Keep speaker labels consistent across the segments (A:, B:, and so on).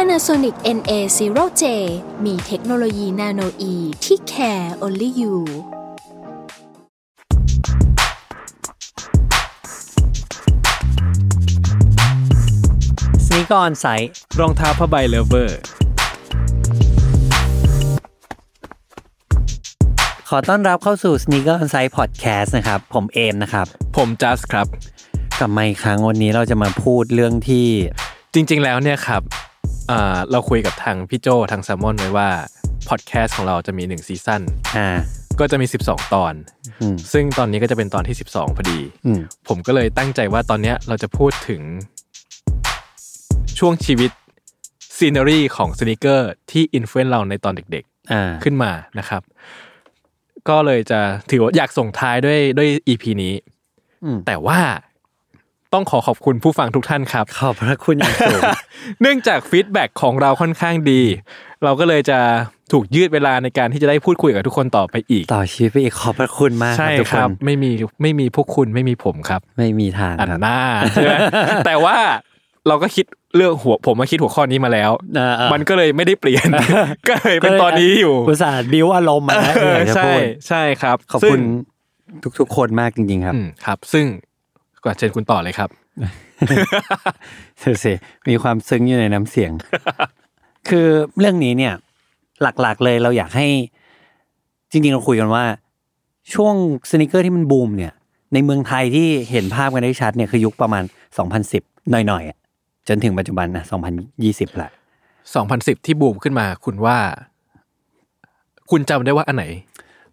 A: Panasonic NA0J มีเทคโนโลยีนาโนอีที่ care only you
B: สนิกออนไซต์
C: รองเท้าผ้าใบเลเวอร์
B: ขอต้อนรับเข้าสู่ Sneaker On Site Podcast นะครับ ผมเอมนะครับ
C: ผมจัสครับ
B: กลับมาอีกครั้งวันนี้เราจะมาพูดเรื่องที่
C: จริงๆแล้วเนี่ยครับอ่าเราคุยกับทางพี่โจทางแซมมอนไว้ว่าพอดแคสต์ของเราจะมี 1 ซีซั่น
B: อ่า
C: ก็จะมี 12 ตอน
B: อืม
C: ซึ่งตอนนี้ก็จะเป็นตอนที่ 12 พอดี
B: อืม
C: ผมก็เลยตั้งใจว่าตอนเนี้ยเราจะพูดถึง ช่วงชีวิตซีนารีของสนิเกอร์ที่อินฟลูเอนซ์เราในตอนเด็กๆ
B: อ่า
C: ขึ้นมานะครับ ก็เลยจะถือว่าอยากส่งท้ายด้วยด้วย EP นี้
B: อืม
C: แต่ว่าต้องขอขอบคุณผู้ฟังทุกท่านครับ
B: ขอบพระคุณอย่างสูง
C: เนื่องจากฟีดแบ็กของเราค่อนข้างดี เราก็เลยจะถูกยืดเวลาในการที่จะได้พูดคุยกับทุกคนต่อไปอีก
B: ต่อชีวิตไปอีกขอบพระคุณมาก
C: ใช่
B: ทุก
C: ค
B: ค
C: รั
B: น
C: บ ไม่มีไม่มีพวกคุณไม่มีผมครับ
B: ไม่มีทาง
C: อัน
B: ครับ
C: หน้าใช่ไหม แต่ว่าเราก็คิดเรื่องหัวผมมาคิดหัวข้อนี้มาแล้ว
B: เออเออ
C: มันก็เลยไม่ได้เปลี่ยน ก็เลยเป็นตอนนี้อยู่
B: อุตส่าห์บิวอารมณ์มาแล้ว
C: เออ
B: อยากจะ
C: ใช่
B: พูด
C: ใช่ครับ
B: ขอบ
C: ซึ่
B: คุ
C: ง
B: ณทุกๆคนมากจริง ๆ ครับ
C: อืมครับ ซึ่งก่อนเชิญคุณต่อเลยครับ
B: เสียๆมีความซึ้งอยู่ในน้ำเสี ยง คือเรื่องนี้เนี่ย หลักๆเลยเราอยากให้ จริงๆเราคุยกันว่า ช่วงสนิเกอร์ที่มันบูมเนี่ย ในเมืองไทยที่เห็นภาพกันได้ชัดเนี่ยคือยุคประมาณ 2010 หน่อยๆอะจนถึงปัจจุบันนะ2020ละ
C: 2010 ที่บูมขึ้นมาคุณว่า คุณจำได้ว่าอันไหน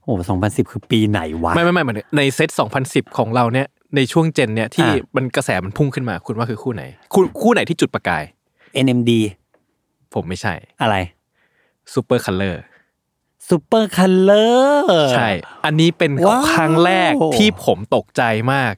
B: โอ้2010 คือปีไหนวะ
C: ไม่ไม่ไม่มันในเซต 2010 ของเราเนี่ย ในช่วงเจนเนี่ยที่
B: อ่ะ
C: มันกระแสมันพุ่งขึ้นมา คุณว่าคือคู่ไหน คู่คู่ไหนที่จุดประกาย
B: NMD
C: ผมไม่ใช่
B: อะไร
C: ซูเปอร์คัลเลอร์
B: ซูเปอร์คัลเลอร์
C: ใช่ อันนี้เป็น
B: ว้าว
C: ครั้งแรกที่ผมตกใจมาก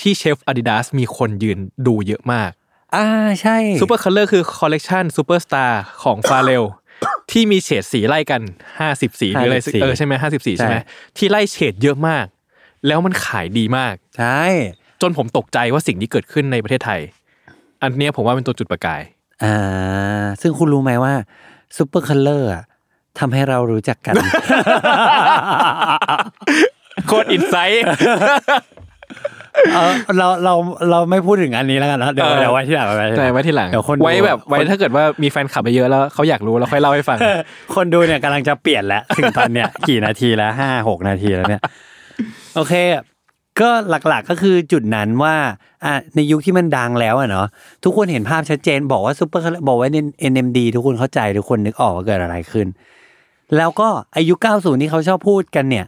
C: ที่เชฟอาดิดาสมีคนยืนดูเยอะมาก
B: อ่าใช่
C: ซูเปอร์คัลเลอร์คือคอลเลกชันซูเปอร์สตาร์ของฟาเรล ที่มีเฉดสีไล่กัน 50 สีหรืออะไรสักเออใช่ไหมห้าสิบสีใช่ไหมที่ไล่เฉดเยอะมาก แล้วมันขายดีมาก
B: ใช่
C: จนผมตกใจว่าสิ่งที่เกิดขึ้นในประเทศไทย อันเนี้ยผมว่าเป็นตัวจุดประกาย
B: อ่าซึ่งคุณรู้ไหมว่าซูเปอร์คัลเลอร์ทำให้เรารู้จัก กัน
C: โคตรอินไซต์
B: เออเราเราเราไม่พูดถึงอันนี้แล้วกันนะเดี๋ยว
C: เออ
B: เดี๋ยวไว้ที่หลัง
C: ใช่ไว้ที่หลัง
B: เดี๋ยวคนดู
C: ไว้แบบไว้
B: คน
C: ถ้าเกิดว่ามีแฟนคลับไปเยอะแล้วเขาอยากรู้แล้วค่อยเล่า ให้ฟัง
B: คนดูเนี่ยกำลังจะเปลี่ยนแล้ว ถึงตอนเนี้ยกี่นาทีแล้วห้าหกนาทีแล้วเนี่ย โอเค ก็หลักๆก็คือจุดนั้นว่าอ่ะในยุคที่มันดังแล้วอะเนาะทุกคนเห็นภาพชัดเจนบอกว่าซูเปอร์บอกว่า NMD ทุกคนเข้าใจทุกคนนึกออกว่าเกิดอะไรขึ้น แล้วก็อายุ 90 ที่เขาชอบพูดกันเนี่ย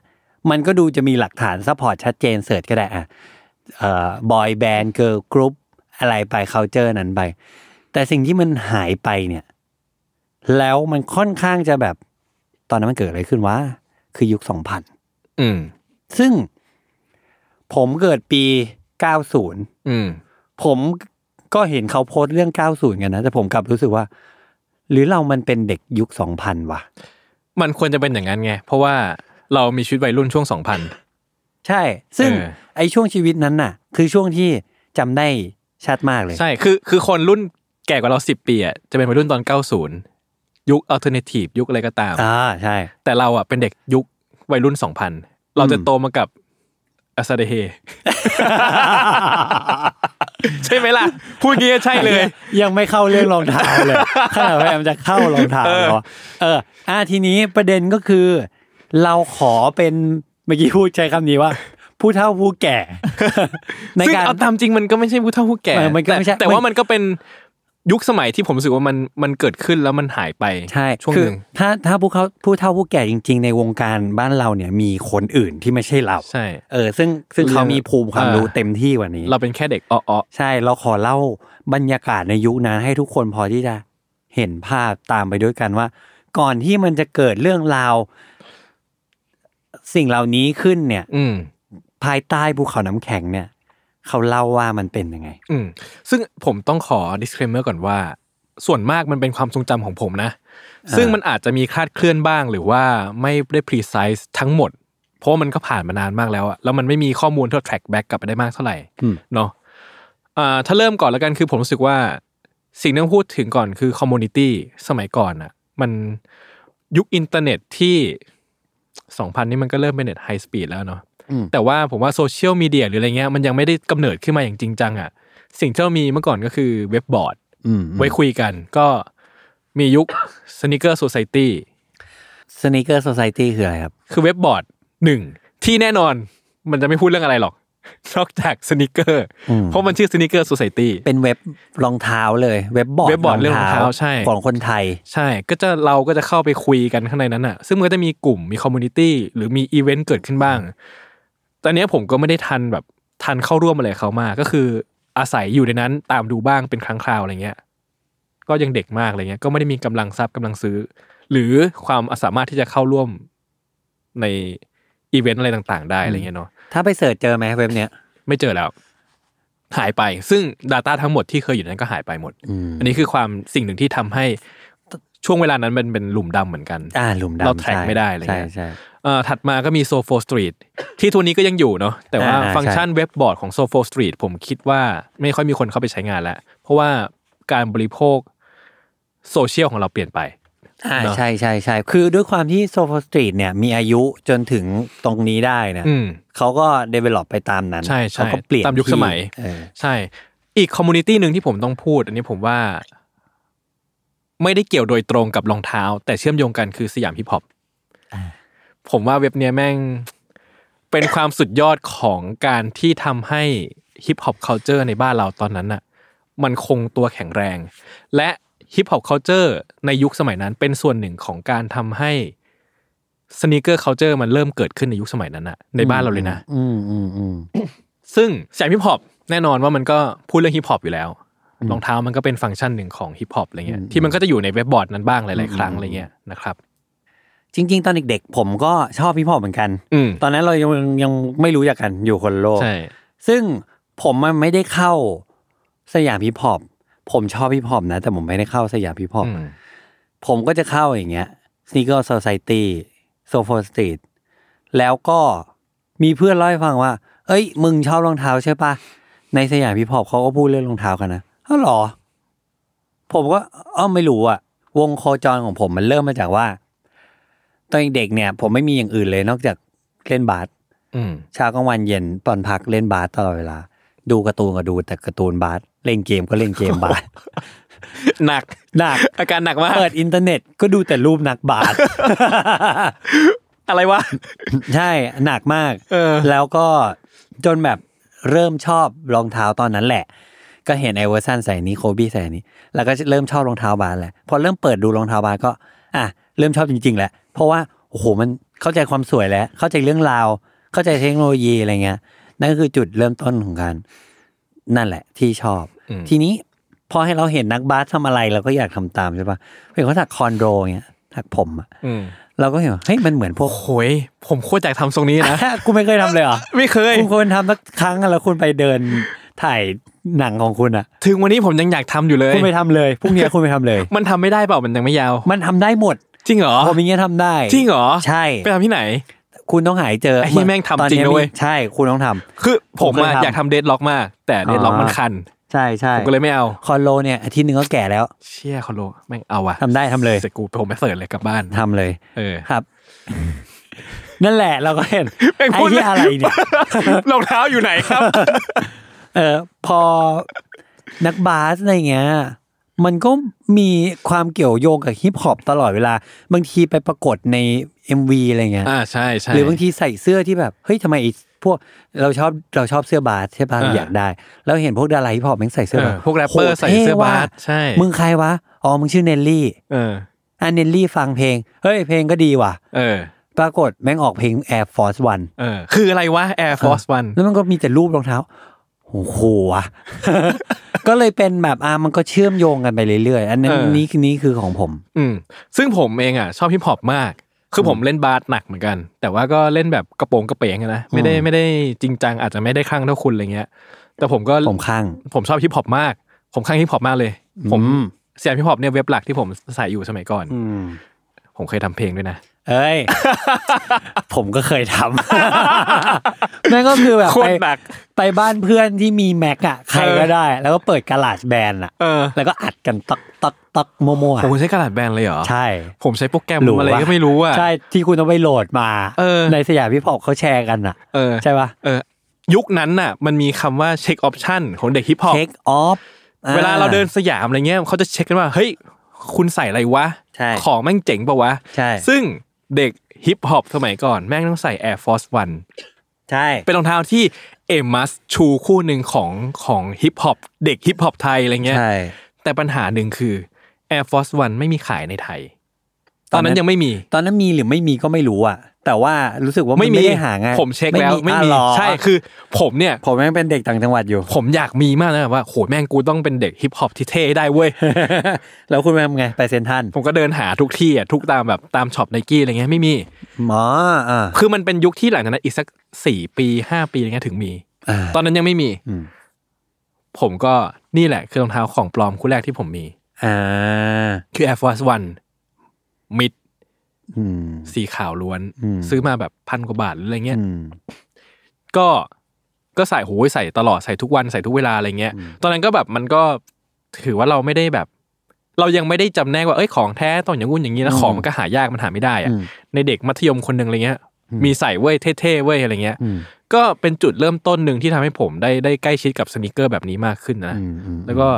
B: มันก็ดูจะมีหลักฐานซัพพอร์ตชัดเจนเสิร์ชก็ได้อ่ะบอยแบนด์เกิร์ลกรุ๊ปอะไรไปเคาเจอร์นั้นไป แต่สิ่งที่มันหายไปเนี่ย แล้วมันค่อนข้างจะแบบ ตอนนั้นมันเกิดอะไรขึ้นวะ คือยุค 2000
C: อืม
B: ซึ่งผมเกิดปี 90
C: อืม
B: ผมก็เห็นเขาโพสต์เรื่อง 90 กันนะ แต่ผมกลับรู้สึกว่า หรือเรามันเป็นเด็กยุค 2000 วะ
C: มันควรจะเป็นอย่างนั้นไง เพราะว่าเรามีชีวิตวัยรุ่นช่วง 2000
B: ใช่ ซึ่ง
C: เออ
B: ไอช่วงชีวิตนั้นน่ะ คือช่วงที่จำได้ชัดมากเลย
C: ใช่ คือ คือ คนรุ่นแก่กว่าเรา 10 ปีอ่ะ จะเป็นวัยรุ่นตอน 90 ยุค alternative ยุคอะไรก็ตาม
B: อ่า ใช่
C: แต่เราอ่ะ เป็นเด็กยุควัยรุ่น 2000 เราจะโตมากับอาซาเดเฮ ใช่ไหมล่ะ พูดงี้ก็ใช่เลย
B: ยังไม่เข้าเรื่องรองเท้าเลยขนาดพยายามจะเข้ารองเท้าแล้วอะเออ อ่าทีนี้ประเด็นก็คือ เราขอเป็นเมื่อกี้พูดใช้คำนี้ว่า ผู้เฒ่าผู้แก่ ใน
C: ซึ่ง
B: การ
C: เอาตามจริงมันก็ไม่ใช่ผู้เฒ่าผู้แก่
B: เออมันก็
C: แต่
B: ไม่ใช่
C: แต่ว่า
B: ไม่
C: มันก็เป็นยุคสมัยที่ผมรู้สึกว่ามัน มันเกิดขึ้นแล้วมันหายไป
B: ใช่
C: ช่วง
B: คื
C: ห
B: อ
C: นึ่ง
B: ถ้าถ้าผู้เขาผู้เฒ่าผู้แก่จริง ๆ ในวงการบ้านเราเนี่ยมีคนอื่นที่ไม่ใช่เรา
C: ใช่
B: เออ ซึ่งซึ่งเขามีภูมิความรู้
C: เออ
B: เต็มที่กว่านี้
C: เราเป็นแค่เด็กอ้อ
B: ใช่เราขอเล่าบรรยากาศในยุคนั้นให้ทุกคนพอที่จะเห็นภาพตามไปด้วยกันว่า ก่อนที่มันจะเกิดเรื่องราว สิ่งเหล่านี้ขึ้นเนี่ย
C: อืม
B: ภายใต้ภูเขาน้ำแข็งเนี่ย เขาเล่าว่ามันเป็นยังไง
C: อืมซึ่งผมต้องขอ disclaimer ก่อนว่า ส่วนมากมันเป็นความทรงจำของผมนะ
B: อ่า
C: ซึ่งมันอาจจะมีคลาดเคลื่อนบ้างหรือว่าไม่ได้ precise ทั้งหมด เพราะว่ามันก็ผ่านมานานมากแล้วอะแล้วมันไม่มีข้อมูลที่เรา track back กลับไปได้มากเท่าไหร่
B: อืม
C: เนาะอ่าถ้าเริ่มก่อนแล้วกันคือผมรู้สึกว่าสิ่งที่ต้องพูดถึงก่อนคือ community สมัยก่อนอะมันยุคอินเทอร์เน็ตที่2000นี่มันก็เริ่มเป็นเน็ตไฮสปีดแล้วเนาะ แต่ว่าผมว่าโซเชียลมีเดียหรืออะไรเงี้ยมันยังไม่ได้กำเนิดขึ้นมาอย่างจริงจังอ่ะสิ่งที่เรามีเมื่อก่อนก็คือเว็บบอร์ด ไว้คุยกันก็มียุค สนิเกอร์ o c ซ e ตี้
B: สน e เกอร์โซซ e ตี้คืออะไรครับ
C: คือเว็บบอร์ดหนึ่งที่แน่นอนมันจะไม่พูดเรื่องอะไรหรอก นอกจากสนิเกอร์
B: อืม
C: เพราะมันชื่อสนิเกอร์ o c ซ e ตี้
B: เป็นเว็บรองเท้าเลย เว็บบอร์ด
C: เว็บบอร์ดเรื่องรองเท้าใช่
B: ของคนไทย
C: ใช่ ก็จะเราก็จะเข้าไปคุยกันข้างในนั้นอ่ะ ซึ่งมันก็จะมีกลุ่มมีคอมมูนิตี้หรือมีอีเวนต์เกิดขึ้นบ้าง ตอนเนี้ยผมก็ไม่ได้ทันแบบทันเข้าร่วมอะไรกับเขามากก็คืออาศัยอยู่ในนั้นตามดูบ้างเป็นครั้งคราวอะไรเงี้ย ก็ยังเด็กมากอะไรเงี้ย ก็ไม่ได้มีกำลังทรัพย์กำลังซื้อ หรือความสามารถที่จะเข้าร่วมในอีเวนต์อะไรต่างๆ ได้อะไรเงี้ยเนาะ
B: ถ้าไปเสิร์ชเจอไหมเว็บเนี้ย
C: ไม่เจอแล้ว หายไป ซึ่ง Data ทั้งหมดที่เคยอยู่นั้นก็หายไปหมด อันนี้คือความสิ่งหนึ่งที่ทำให้ช่วงเวลานั้นมันเป็นหลุมดำเหมือนกัน
B: อ่าหลุมดำ
C: เราแทร็ก
B: ใช่
C: ไม่ได้อะไรเงี้ย
B: ใช่ใช่
C: เอ่อถัดมาก็มี Sofo Street ที่ทุนนี้ก็ยังอยู่เนาะแต่ว่า
B: อ่าอ่า
C: ฟังก์ชันเว็บบอร์ดของ Sofo Street ผมคิดว่าไม่ค่อยมีคนเข้าไปใช้งานแล้ว เพราะว่าการบริโภคโซเชียลของเราเปลี่ยนไป
B: อ่า
C: เนอะ
B: ใช่ใช่ใช่คือด้วยความที่โซฟสตรีทเนี่ยมีอายุจนถึงตรงนี้ได้เนะ
C: อืม
B: เขาก็ develop ไปตามนั้น
C: ใช่ใช่
B: เขาก็เปลี่ยน
C: ตามยุค
B: ที่
C: สมัย
B: เออ
C: ใช่ อีกคอมมูนิตี้หนึ่งที่ผมต้องพูด อันนี้ผมว่า ไม่ได้เกี่ยวโดยตรงกับรองเท้า แต่เชื่อมโยงกันคือสยามฮิปฮอปผมว่าเว็บเนี้ยแม่ง เป็นความสุดยอดของการที่ทำให้ฮิปฮอป culture ในบ้านเราตอนนั้นน่ะ มันคงตัวแข็งแรง และฮิปฮอป culture ในยุคสมัยนั้น เป็นส่วนหนึ่งของการทำให้สน e เกอร์ culture มันเริ่มเกิดขึ้นในยุคสมัยนั้นน่ะ ในบ้านเราเลยนะ
B: อืมอืมอืม
C: ซึ่งสายฮิปฮอปแน่นอนว่ามันก็พูดเรื่องฮิปฮอปอยู่แล้วรองเท้ามันก็เป็นฟังก์ชันหนึ่งของฮิปฮอปอะไรเงี้ยที่มันก็จะอยู่ในเว็บบอร์ดนั้นบ้างหลาย ๆ ครั้งอะไรเงี้ยนะครับ
B: จริง ๆ ตอนเด็กๆ ผมก็ชอบพี่พอเหมือนกัน
C: อืม
B: ตอนนั้นเรายังยังไม่รู้จักกันอยู่คนละโลก
C: ใช่
B: ซึ่งผมมันไม่ได้เข้าสยามฮิปฮอปผมชอบฮิปฮอปนะ แต่ผมไม่ได้เข้าสยามฮิปฮอป
C: อืม
B: ผมก็จะเข้าอย่างเงี้ยสน e เกอร์โซซ e ตี้โซฟสตรีทแล้วก็มีเพื่อนเล่าให้ฟังว่า เอ้ย มึงชอบรองเท้าใช่ปะในสยามฮิปฮอปเขาก็พูดเรื่องรองเท้ากันนะอ้าวเหรอ ผมก็อ้าวไม่รู้อะวงโคจรของผมมันเริ่มมาจากว่าตอนเด็กๆเนี่ย ผมไม่มีอย่างอื่นเลยนอกจากเล่นบาส
C: อืม
B: เช้ากลางวันเย็นตอนพักเล่นบาสตลอดเวลา ดูการ์ตูนก็ดูแต่การ์ตูนบาสเล่นเกมก็เล่นเกมบาส
C: หนัก
B: หนัก
C: อาการหนักมาก
B: เปิดอินเทอร์เน็ตก็ดูแต่รูปนักบา ส
C: อะไรวะ
B: ใช่หนักมาก
C: เออ
B: แล้วก็จนแบบเริ่มชอบรองเท้าตอนนั้นแหละ ก็เห็นไอเวอร์สันใส่นี้โคบี้ใส่อันนี้ แล้วก็เริ่มชอบรองเท้าบาสแหละพอเริ่มเปิดดูรองเท้าบาสก็ อ่ะเริ่มชอบจริง ๆ แหละ เพราะว่าโอ้โหมันเข้าใจความสวยแล้ว เข้าใจเรื่องราว เข้าใจเทคโนโลยีอะไรเงี้ยนั่นก็คือจุดเริ่มต้นของการนั่นแหละที่ชอบ
C: อืม
B: ทีนี้พอให้เราเห็นนักบาสทำอะไรเราก็อยากทำตามใช่ปะเห็นเขาถักคอนโดเงี้ยถักผมอะ
C: อืม
B: เราก็เห็นว่าเฮ้ยมันเหมือนพวก
C: โหยผมโคตรอยากทำทรงนี้นะ
B: กูไม่เคยทำเลยเหรอ
C: ไม่เคย
B: คุณควรทำสักครั้งอะแล้วคุณไปเดินถ่ายหนังของคุณอ่ะ
C: ถึงวันนี้ผมยังอยากทำอยู่เลย
B: คุณไปทำเลยพรุ่งนี้คุณไปทำเลย
C: มันทำไม่ได้เปล่ามันยังไม่ยาว
B: มันทำได้หมด
C: จริงเหรอ
B: ผมอย่างเงี้ยทำได้
C: จริงเหรอ
B: ใช่
C: ไปทำที่ไหน
B: คุณต้องหายเจอ
C: ไอ้เหี้ยแม่งทำ
B: ตอน
C: จริง
B: นี้
C: นะเว้ย
B: มีใช่คุณต้องทำ
C: คือผม
B: ผม
C: อะ
B: เคยทำ
C: อยากทำเดดล็อกมาก แต่เดดล็อก
B: อ๋อ
C: มันคัน
B: ใช่ใช่
C: ผมก็เลยไม่เอา
B: คอนโลเนี่ยอาทิตย์หนึ่งก็แก่แล้ว
C: เชี่ยคอนโลแม่งเอาอะ
B: ทำได้ทำเลย
C: สร็จกูผมไปเสิร์ชเลยกลับบ้าน
B: ทำเลย
C: เออ
B: ครับ นั่นแหละเราก็เห็น
C: แม่ง
B: ไอ้
C: พูด
B: ที่อะไรเนี่ย
C: รองเท้าอยู่ไหน ครับ
B: เออพอนักบาสอะไรเงี้ยมันก็มีความเกี่ยวโยงกับฮิปฮอปตลอดเวลา บางทีไปปรากฏใน MV อะไรเงี้ย
C: อ่าใช่ใช่
B: หรือบางทีใส่เสื้อที่แบบ เฮ้ยทำไมไอ้พวกเราชอบเราชอบเสื้อบาสใช่ป่ะ
C: อ่า
B: อยากได้ แล้วเห็นพวกดาราฮิปฮอปแม่งใส่เสื้อบาส
C: เออพวกแรปเปอร์
B: โห
C: ใส่เสื้อบา
B: ท่
C: ส
B: ว่ะ
C: ใช่
B: มึงใครวะ อ๋อ มึงชื่อเนลลี่
C: เออ
B: อ่ะเนลลี่ฟังเพลง เฮ้ยเพลงก็ดีว่ะ
C: เออ
B: ปรากฏแม่งออกเพลง Air Force One
C: เออ คืออะไรวะ Air Force One
B: แล้วมันก็มีแต่รูปรองเท้า โห โอ้โหว่ะ ก็เลยเป็นแบบอ่ะมันก็เชื่อมโยงกันไปเรื่อยๆ อันนั้น
C: เออ
B: นี่คือนี่คือของผม
C: อืมซึ่งผมเองอ่ะชอบฮิปฮอปมาก คือผมเล่นบาสหนักเหมือนกัน แต่ว่าก็เล่นแบบกระโปรงกระเป๋งอะนะไม่ได้
B: อืม
C: ไม่ได้จริงจังอาจจะไม่ได้คลั่งเท่าคุณอะไรเงี้ย แต่ผมก็
B: ผมข้าง
C: ผมชอบฮิปฮอปมาก ผมคลั่งฮิปฮอปมากเลย ผม
B: อืม
C: เสียงฮิปฮอปเนี่ยเว็บหลักที่ผมใส่อยู่สมัยก่อน ผมเคยทำเพลงด้วยนะ
B: เอ้ย ผมก็เคยทำ นั่นก็คือแบบ
C: โคต
B: ไป
C: รหนัก
B: ไปบ้านเพื่อนที่มีแม็กอะใครก็ได้ แล้วก็เปิดกระลาดแบนอะ
C: เออ
B: แล้วก็อัดกันตักตักตักโมโมวๆอะ
C: ผมใช้กระดาษแบนเลยเหรอ
B: ใช่
C: ผมใช้โปรแกรมอะไรก็ไม่รู้อ่ะ
B: ใช่ที่คุณต้องไปโหลดมา
C: เออ
B: ในสยามพิพอกเขาแชร์กันอะ
C: เออ
B: ใช่ปะ
C: เออยุคนั้นน่ะ มันมีคำว่าเช็คออปชั่นของเด็กฮิปฮอป
B: เช็คออฟ
C: เวลาเราเดินสยามอะไรเงี้ยเขาจะเช็คกันว่า เฮ้ย คุณใส่อะไรวะ
B: ใช่
C: ของแม่งเจ๋งปะวะ
B: ใช่
C: ซึ่งเด็กฮิปฮอปสมัยก่อนแม่งต้องใส่ Air Force One
B: ใช่
C: เป็นรองเท้าที่เอมัสชูคู่หนึ่งของของฮิปฮอปเด็กฮิปฮอปไทยอะไรเงี้ย
B: ใช่
C: แต่ปัญหาหนึ่งคือ Air Force One ไม่มีขายในไทย ตอนนั้นยังไม่มี
B: ตอนนั้นมีหรือไม่มีก็ไม่รู้อะแต่ว่ารู้สึกว่า
C: ไม่
B: น
C: มี
B: ไม่ได้หาง่าย
C: ผมเช็คแล้วไม่
B: อ้า
C: มี
B: เหรอ
C: ใช่คือผมเนี่ย
B: ผมแม่งเป็นเด็กต่างจังหวัด อยู่
C: ผมอยากมีมากนะแบบว่าโหแม่งกูต้องเป็นเด็กฮิปฮอปที่เท่ได้เว้ย
B: แล้วคุณแม่ทำไงไปเซ็นทรัน
C: ผมก็เดินหาทุกที่อ่ะทุกตามแบบตามช็อปไนกี้อะไรเงี้ยไม่มี
B: หมออ่า
C: คือมันเป็นยุคที่หลังจากนั้นอีกสักสี่ปีห้าปีอะไรเงี้ยถึงมี
B: อ่า
C: ตอนนั้นยังไม่มี
B: อืม
C: ผมก็นี่แหละคือรองเท้าของปลอมคู่แรกที่ผมมี
B: อ่า
C: คือ Air Force One มิด
B: อืม
C: สีขาวล้วน
B: อืม
C: ซื้อมาแบบพันกว่าบาทหรืออะไรเงี้ย
B: อืม
C: ก็ก็ใส่โหยใส่ตลอดใส่ทุกวันใส่ทุกเวลาอะไรเงี้ย ตอนนั้นก็แบบมันก็ถือว่าเราไม่ได้แบบ เรายังไม่ได้จำแนกว่าเอ้ยของแท้ต้องอย่างงู้นอย่างนี้นะ
B: อืม
C: ของมันก็หายากมันหาไม่ได้อะ
B: อืม
C: ในเด็กมัธยมคนหนึ่งอะไรเงี้ย มีใส่เว้ยเท่ๆเว้ยอะไรเงี้ย
B: อืม
C: ก็เป็นจุดเริ่มต้นหนึ่งที่ทำให้ผมได้ได้ใกล้ชิดกับสนิเกอร์แบบนี้มากขึ้นนะ
B: อืมอืม
C: แล้วก็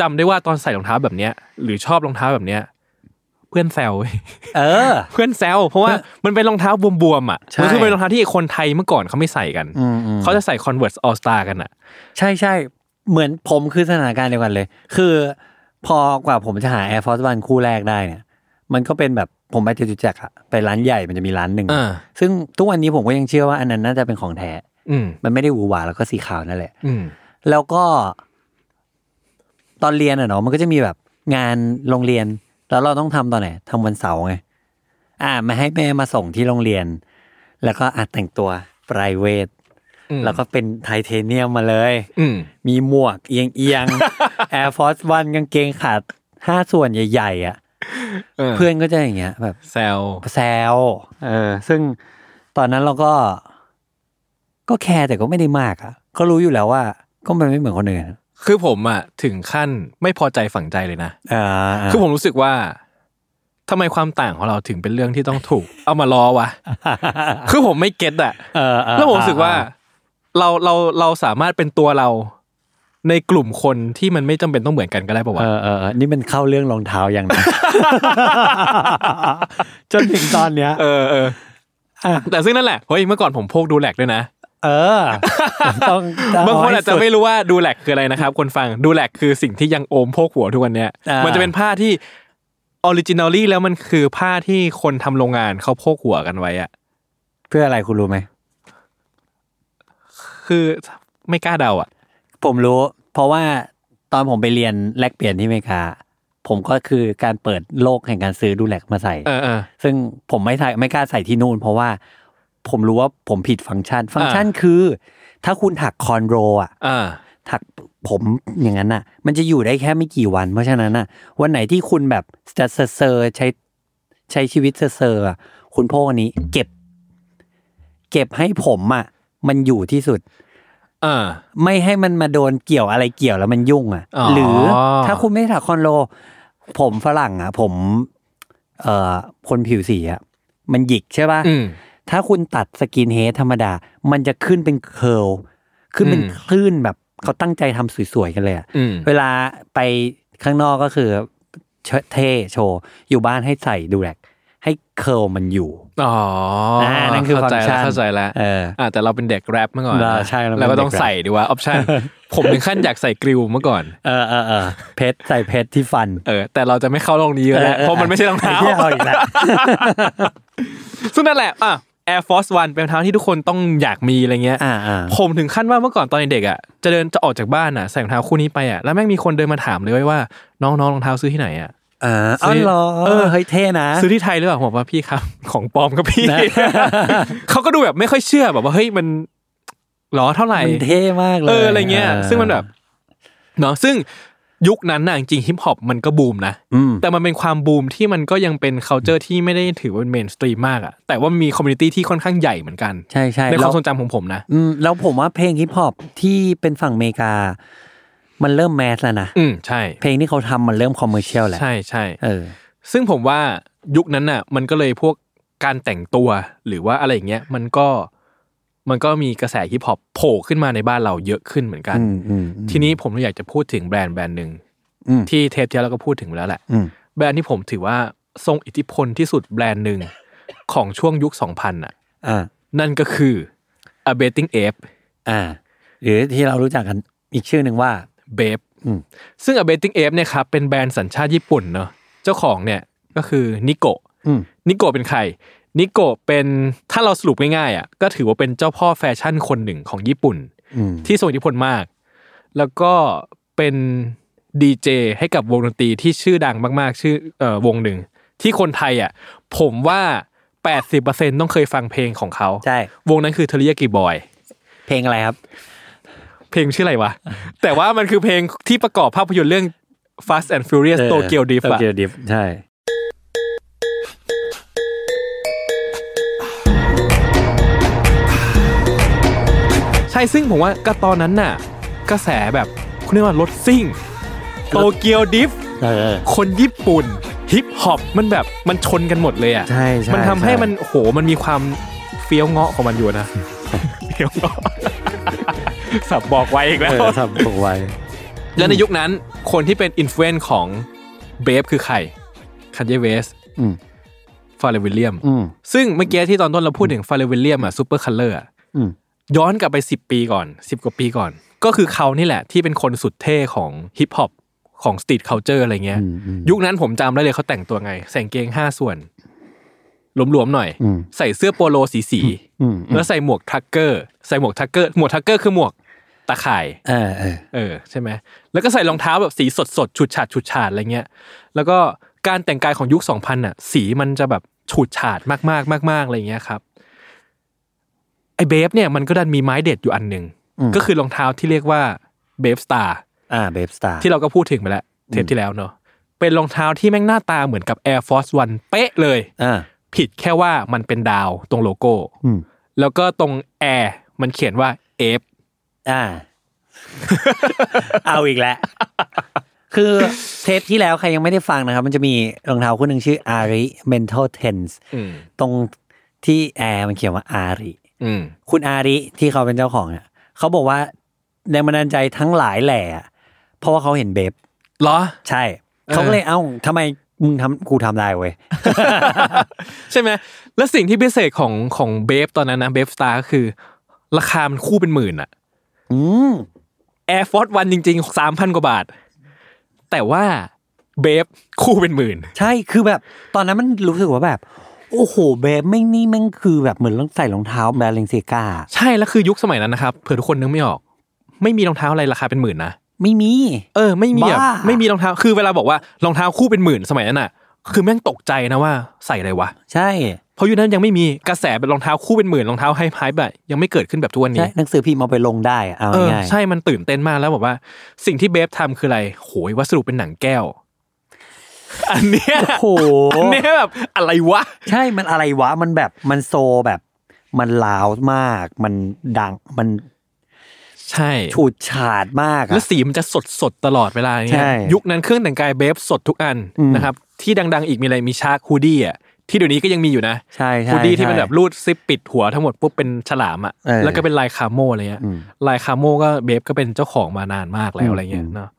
C: จำได้ว่าตอนใส่รองเท้าแบบเนี้ย หรือชอบรองเท้าแบบเนี้ย เพื่อนแซวเว้ย
B: เออ
C: เพื่อนแซวเพราะว่ามันเป็นรองเท้าบวมๆอ่ะ
B: ใช่
C: มันคือเป็นรองเท้าที่คนไทยเมื่อก่อนเขาไม่ใส่กัน
B: อืมอืม
C: เขาจะใส่ Converse All Star กันอ่ะ
B: ใช่ใช่เหมือนผมคือสถานการณ์เดียวกันเลย คือพอกว่าผมจะหา Air Force One คู่แรกได้เนี่ย มันก็เป็นแบบผมไปจตุจักรอะไปร้านใหญ่มันจะมีร้านหนึ่ง
C: อ่า
B: ซึ่งทุกวันนี้ผมก็ยังเชื่อว่าอันนั้นน่าจะเป็นของแท้
C: อืม
B: มันไม่ได้หวือหวาแล้วก็สีขาวนั่นแหละ
C: อืม
B: แล้วก็ ตอนเรียนอะเนาะมันก็จะมีแบบงานโรงเรียน แล้วเราต้องทำตอนไหนทำวันเสาร์ไงอ่ามาให้แม่มาส่งที่โรงเรียน แล้วก็อาจแต่งตัว p r i v a t
C: อืม
B: แล้วก็เป็นไทเทเนียมมาเลย
C: อืม
B: มีหมวกเอียงเอียง แอร์ฟอร์สวันกางเกงขาดห้าส่วนใหญ่ ๆ อ่ะ
C: เออ
B: เพื่อนก็จะอย่างเงี้ย แบบ
C: แซว
B: แซวเออ ซึ่งตอนนั้นเราก็ ก็แคร์แต่ก็ไม่ได้มากอ่ะ ก็รู้อยู่แล้วว่า ก็มันไม่เหมือนคนอื่น
C: คือผมอ่ะ ถึงขั้นไม่พอใจฝังใจเลยนะ
B: อ่า
C: คือผมรู้สึกว่าทำไมความต่างของเราถึงเป็นเรื่องที่ต้องถูก เอามาล้อวะ คือผมไม่เก็ตอ่ะ
B: เออเออ
C: แล้วผมรู้สึกว่าเราเราเราสามารถเป็นตัวเรา ในกลุ่มคนที่มันไม่จำเป็นต้องเหมือนกันก็ได้ปะ
B: เออ
C: วะ
B: เออเออนี่มันเข้าเรื่องรองเท้าอย่างนะ จนถึงตอนเนี้ย
C: เออเออ
B: อ่ะ
C: แต่ซึ่งนั่นแหละ เฮ้ย เมื่อก่อนผมพกดูแลกด้วยนะ
B: เออต้อง
C: บางคน
B: เให้
C: อาจจะ
B: สุด
C: ไม่รู้ว่าดูแลกคืออะไรนะครับ คนฟังดูแลกคือสิ่งที่ยังโอมโพกหัวทุกวันเนี้ย
B: อ่ามั
C: มันจะเป็นผ้าที่ออริจินอลี่แล้วมันคือผ้าที่คนทำโรงงานเขาโพกหัวกันไว้อะ
B: เพื่ออะไรคุณรู้ไหม
C: คือไม่กล้าเดาอ่ะ
B: ผมรู้ เพราะว่าตอนผมไปเรียนแลกเปลี่ยนที่อเมริกา ผมก็คือการเปิดโลกแห่งการซื้อดูแลกมาใส่
C: เออเออ
B: ซึ่งผมไม่ใส่ไม่กล้าใส่ที่นู่น เพราะว่าผมรู้ว่าผมผิดฟังก์ชัน ฟังก์ชัน
C: อ่า
B: คือ ถ้าคุณถักคอนโรอ่ะ
C: อ่า
B: ถักผมอย่างนั้นน่ะ มันจะอยู่ได้แค่ไม่กี่วัน เพราะฉะนั้นน่ะ วันไหนที่คุณแบบจะเซอร์เซอร์ใช้ใช้ชีวิตเซอร์เซอร์อ่ะคุณพ่ออันนี้ เก็บ เก็บให้ผมอ่ะมันอยู่ที่สุด
C: อ่า
B: ไม่ให้มันมาโดนเกี่ยวอะไรเกี่ยวแล้วมันยุ่งอ่ะ
C: อ๋อ
B: หรือถ้าคุณไม่ถักคอนโล ผมฝรั่งอ่ะ ผม เอ่อคนผิวสีอ่ะมันหยิกใช่ป่ะ
C: อืม
B: ถ้าคุณตัดสกินเฮดธรรมดา มันจะขึ้นเป็นเคิร์ลขึ้นเป็น
C: อืม
B: คลื่นแบบเขาตั้งใจทำสวยๆกันเลยอะ
C: อืม
B: เวลาไปข้างนอกก็คือเชเท่โชว์ อยู่บ้านให้ใส่ดูแลกให้เคิร์ลมันอยู่
C: อ๋ออา
B: นั่นคือ
C: เข้าใจ
B: ฟังก์ชั
C: แล้ว
B: น
C: เข้าใจแล้ว
B: เออ
C: อ่าแต่เราเป็นเด็กแรปเมื่อก่อน
B: เรา
C: นะ
B: ใช่เราเป็น
C: เราก็ต้อง
B: เด็กแรป
C: ใส่ดีว่าออป ชั่น ผมถึงขั้นอยากใส่กริวเมื่อก่อน
B: เออเออเออเพชรใส่เพชรที่ฟัน
C: เออ แต่เราจะไม่เข้าโรงนี้แล้วเพราะมันไม่ใช่รองเท้า
B: ไหี้ยเอาอีกแล้ว
C: ซึ่งนั่นแหละ อ่ะ Air Force One เป็นรองเท้าที่ทุกคนต้องอยากมีอะไรเงี้ย
B: อ่าอ่า
C: ผมถึงขั้นว่าเมื่อก่อนตอนเด็กอ่ะจะเดินจะออกจากบ้านอ่ะใส่รองเท้าคู่นี้ไปอ่ะแล้วแม่งมีคนเดินมาถามเลยเว้ยว่าน้องน้องรองเท้าซื้อที่ไหนอ่ะ
B: อ่าอ๋อเหรอ
C: เอ
B: เอ
C: อ
B: อเฮ้ยเท่นะ
C: ซื้อที่ไทยหรือเปล่าผมบอกว่าพี่ครับ ของปลอมครับพี่
B: นะ
C: เขาก็ดูแบบไม่ค่อยเชื่อแบบว่าเฮ้ยมันหรอเท่าไหร่
B: มันเท่มากเลย
C: เอออะไรเงี้ย ซึ่งมันแบบเนาะซึ่งยุคนั้นน่ะจริงฮิปฮอปมันก็บูมนะ
D: อืม
C: แต่มันเป็นความบูมที่มันก็ยังเป็น c u เจอร์ที่ไม่ได้ถือว่าเป็นเมนสตรีมมากอะแต่ว่ามีคอมมูนิตี้ที่ค่อนข้างใหญ่เหมือนกัน
B: ใช่ใช่
C: ใน
B: แล้ว
C: คาว มทรงจำของผมนะ
B: อืมแล้วผมว่าเพลงฮิปฮอปที่เป็นฝั่งอเมริกา มันเริ่มแมสแล้วนะ
C: อืมใช่
B: เพลงที่เขาทำมันเริ่มคอมเมอร์เชียลแล้ว
C: ใช่ใช่
B: เออ
C: ซึ่งผมว่ายุคนั้นน่ะ มันก็เลยพวกการแต่งตัวหรือว่าอะไรอย่างเงี้ยมันก็มันก็มีกระแสฮิปฮอปโผล่ขึ้นมาในบ้านเราเยอะขึ้นเหมือนกัน
B: อืมอืมอืม
C: ทีนี้ผมเลยอยากจะพูดถึงแบรนด์แบรนด์หนึ่ง
B: อืม
C: ที่เทปที่แล้วเราก็พูดถึงไปแล้วแหละ
B: อืม
C: แบรนด์ที่ผมถือว่าทรงอิทธิพลที่สุดแบรนด์หนึ่งของช่วงยุค 2000น่ะ
B: อ่า
C: นั่นก็คือ a b e t i n g a p e
B: อ่า หรือที่เรารู้จักกันอีกชื่อหนึ่งว่า
C: b a p e
B: อืม
C: ซึ่ง a b e t i n g a p e เนี่ยครับเป็นแบรนด์สัญชาติญี่ปุ่นเนาะเจ้าของเนี่ยก็คือนิโกะ
B: อืม
C: นิโกะเป็นใคร นิโกะเป็นถ้าเราสรุปง่ายๆอ่ะก็ถือว่าเป็นเจ้าพ่อแฟชั่นคนหนึ่งของญี่ปุ่น
B: อืม
C: ที่ทรงอิทธิพลมาก แล้วก็เป็นดีเจให้กับวงดนตรีที่ชื่อดังมากๆ ชื่อเอ่อวงหนึ่ง ที่คนไทยอ่ะผมว่า 80%ต้องเคยฟังเพลงของเขา
B: ใช่
C: วงนั้นคือเทเลียกีบอย
B: เพลงอะไรครับ
C: เพลงชื่ออะไร วะ แต่ว่ามันคือเพลงที่ประกอบภาพยนตร์เรื่อง Fast and Furious
B: เออ
C: โตเกียวดิฟอะ
B: Tokyo Drift ใช่
C: ใช่ซึ่งผมว่าก็ตอนนั้นน่ะ กระแสแบบคุณเรียกว่ารถซิ่งโตเกียวดิฟ
B: เออ
C: คนญี่ปุ่นฮิปฮอปมันแบบมันชนกันหมดเลยอ่ะ
B: ใช่ใช่
C: มันทำให้
B: ใช่
C: มันโหมันมีความเฟี้ยวเงาะของมันอยู่ นะ เฟี้ยวเงาะสับบอกไว้อีกแล้ว
B: เออทำถูกไว้
C: แล้วในยุคนั้นคนที่เป็นอินฟลูเอนซ์ของเบฟคือใครคันเยเวส
B: อืม
C: ฟาเรวิลเลียม
B: อืม
C: ซึ่งเมื่อกี้ที่ตอนต้นเราพูดถึงฟาเรวิลเลียมอะซูเปอร์คัลเลอร์
B: อืม
C: ย้อนกลับไป 10 ปีก่อน 10 กว่าปีก่อน ก็คือเขานี่แหละที่เป็นคนสุดเท่ของฮิปฮอปของสตรีทเค u เจอร์อะไรเงี้ย ยุคนั้นผมจำได้เลยเขาแต่งตัวไง ใส่กางเกงห้าส่วน หลวมๆหน่อย
B: อืม
C: ใส่เสื้อโปโลสีสีๆ
B: อืมอืม
C: แล้วใส่หมวกทักเกอร์ ใส่หมวกทักเกอร์ หมวกทักเกอร์คือหมวกตาข่าย
B: เออเออ
C: เออใช่ไหมแล้วก็ใส่รองเท้าแบบสีสดสดๆฉูดฉาดฉูดฉาดอะไรเงี้ย แล้วก็การแต่งกายของยุค 2000น่ะ สีมันจะแบบฉูดฉาดมากมากมากมากๆอะไรเงี้ยครับไอเบฟเนี่ยมันก็ดันมีไม้เด็ดอยู่อันหนึ่ง
B: อืม
C: ก็คือรองเท้าที่เรียกว่าเบฟสตาร์
B: อ่าเบบสตาร์
C: ที่เราก็พูดถึงไปแล้วเทปที่แล้วเนาะเป็นรองเท้าที่แม่งหน้าตาเหมือนกับ Air Force One เป๊ะเลย
B: อ่า
C: ผิดแค่ว่ามันเป็นดาวตรงโลโก้
B: อืม
C: แล้วก็ตรงแอร์มันเขียนว่าเอฟ
B: อ่า เอาอีกแล้ว คือเทปที่แล้วใครยังไม่ได้ฟังนะครับ มันจะมีรองเท้าคู่หนึ่งชื่ออาริ Mental Tense ตรงที่แอร์มันเขียนว่าอาริ
C: อืม
B: คุณอาริที่เขาเป็นเจ้าของเนี่ยเขาบอกว่าแรงบันดาลใจทั้งหลายแหล่อะเพราะว่าเขาเห็นเบบ
C: เหรอ
B: ใช่ เขาก็เลยเอ้าทำไมมึงทำกูทำได้เว้ย
C: ใช่ไหม แล้วสิ่งที่พิเศษของของเบฟตอนนั้นนะเบฟสตาร์ก็คือ ราคามันคู่เป็นหมื่นอะ
B: อืม
C: แอร์ฟอร์ดวันจริงๆสามพันกว่าบาท แต่ว่าเบฟคู่เป็นหมื่น
B: ใช่คือแบบตอนนั้นมันรู้สึกว่าแบบ โอ้โหเบบแม่งนี่แม่งคือแบบเหมือนต้องใส่รองเท้าแบรนด์เซกา
C: ใช่แล้วคือยุคสมัยนั้นนะครับเผื่อทุกคนนึกไม่ออก ไม่มีรองเท้าอะไรราคาเป็นหมื่นนะ
B: ไม่มี
C: เออไม่มีแบบ
B: บ้า
C: ไม่มีรองเท้า คือเวลาบอกว่ารองเท้าคู่เป็นหมื่นสมัยนั้นอะคือแม่งตกใจนะว่าใส่อะไรวะ
B: ใช่
C: เพราะยุคนั้นยังไม่มีกระแสเป็นรองเท้าคู่เป็นหมื่นรองเท้าไฮไฮแบบยังไม่เกิดขึ้นแบบทุกวัน
B: ใช่
C: นี้
B: หนังสือพิมพ์เอาไปลงได้อะเอา
C: เออ
B: ง่ายๆ
C: ใช่ มันตื่นเต้นมากแล้วบอกว่า สิ่งที่เบฟทำคืออะไร โหยวัสดุเป็นหนังแก้ว อันเนี้ย
B: โอ้โห
C: อันเนี้ยแบบอะไรวะ
B: ใช่มันอะไรวะ มันแบบมันโซแบบ มันลาวมาก มันดังมัน
C: ใช่
B: ฉูดฉาดมากอะ
C: แล้วสีมันจะสดสดๆตลอดเวลา
B: ใช่
C: เนี่ยยุคนั้นเครื่องแต่งกายเบฟสดทุกอัน
B: อืม
C: นะครับ ที่ดัง ๆ อีกมีอะไรมีชาร์คฮูดี้อ่ะที่เดี๋ยวนี้ก็ยังมีอยู่นะ
B: ใช่ใช่
C: ฮูดี้ที่
B: ใช่
C: มันแบบรูดซิปปิดหัวทั้งหมดปุ๊บเป็นฉลามอ่ะ
B: เออ
C: แล้วก็เป็นลายคาโมอะไรเงี้ย
B: อืม
C: ลายคาโมก็เบฟก็เป็นเจ้าของมานานมากแล้วอะไรเงี้ย
B: อืม
C: เนาะ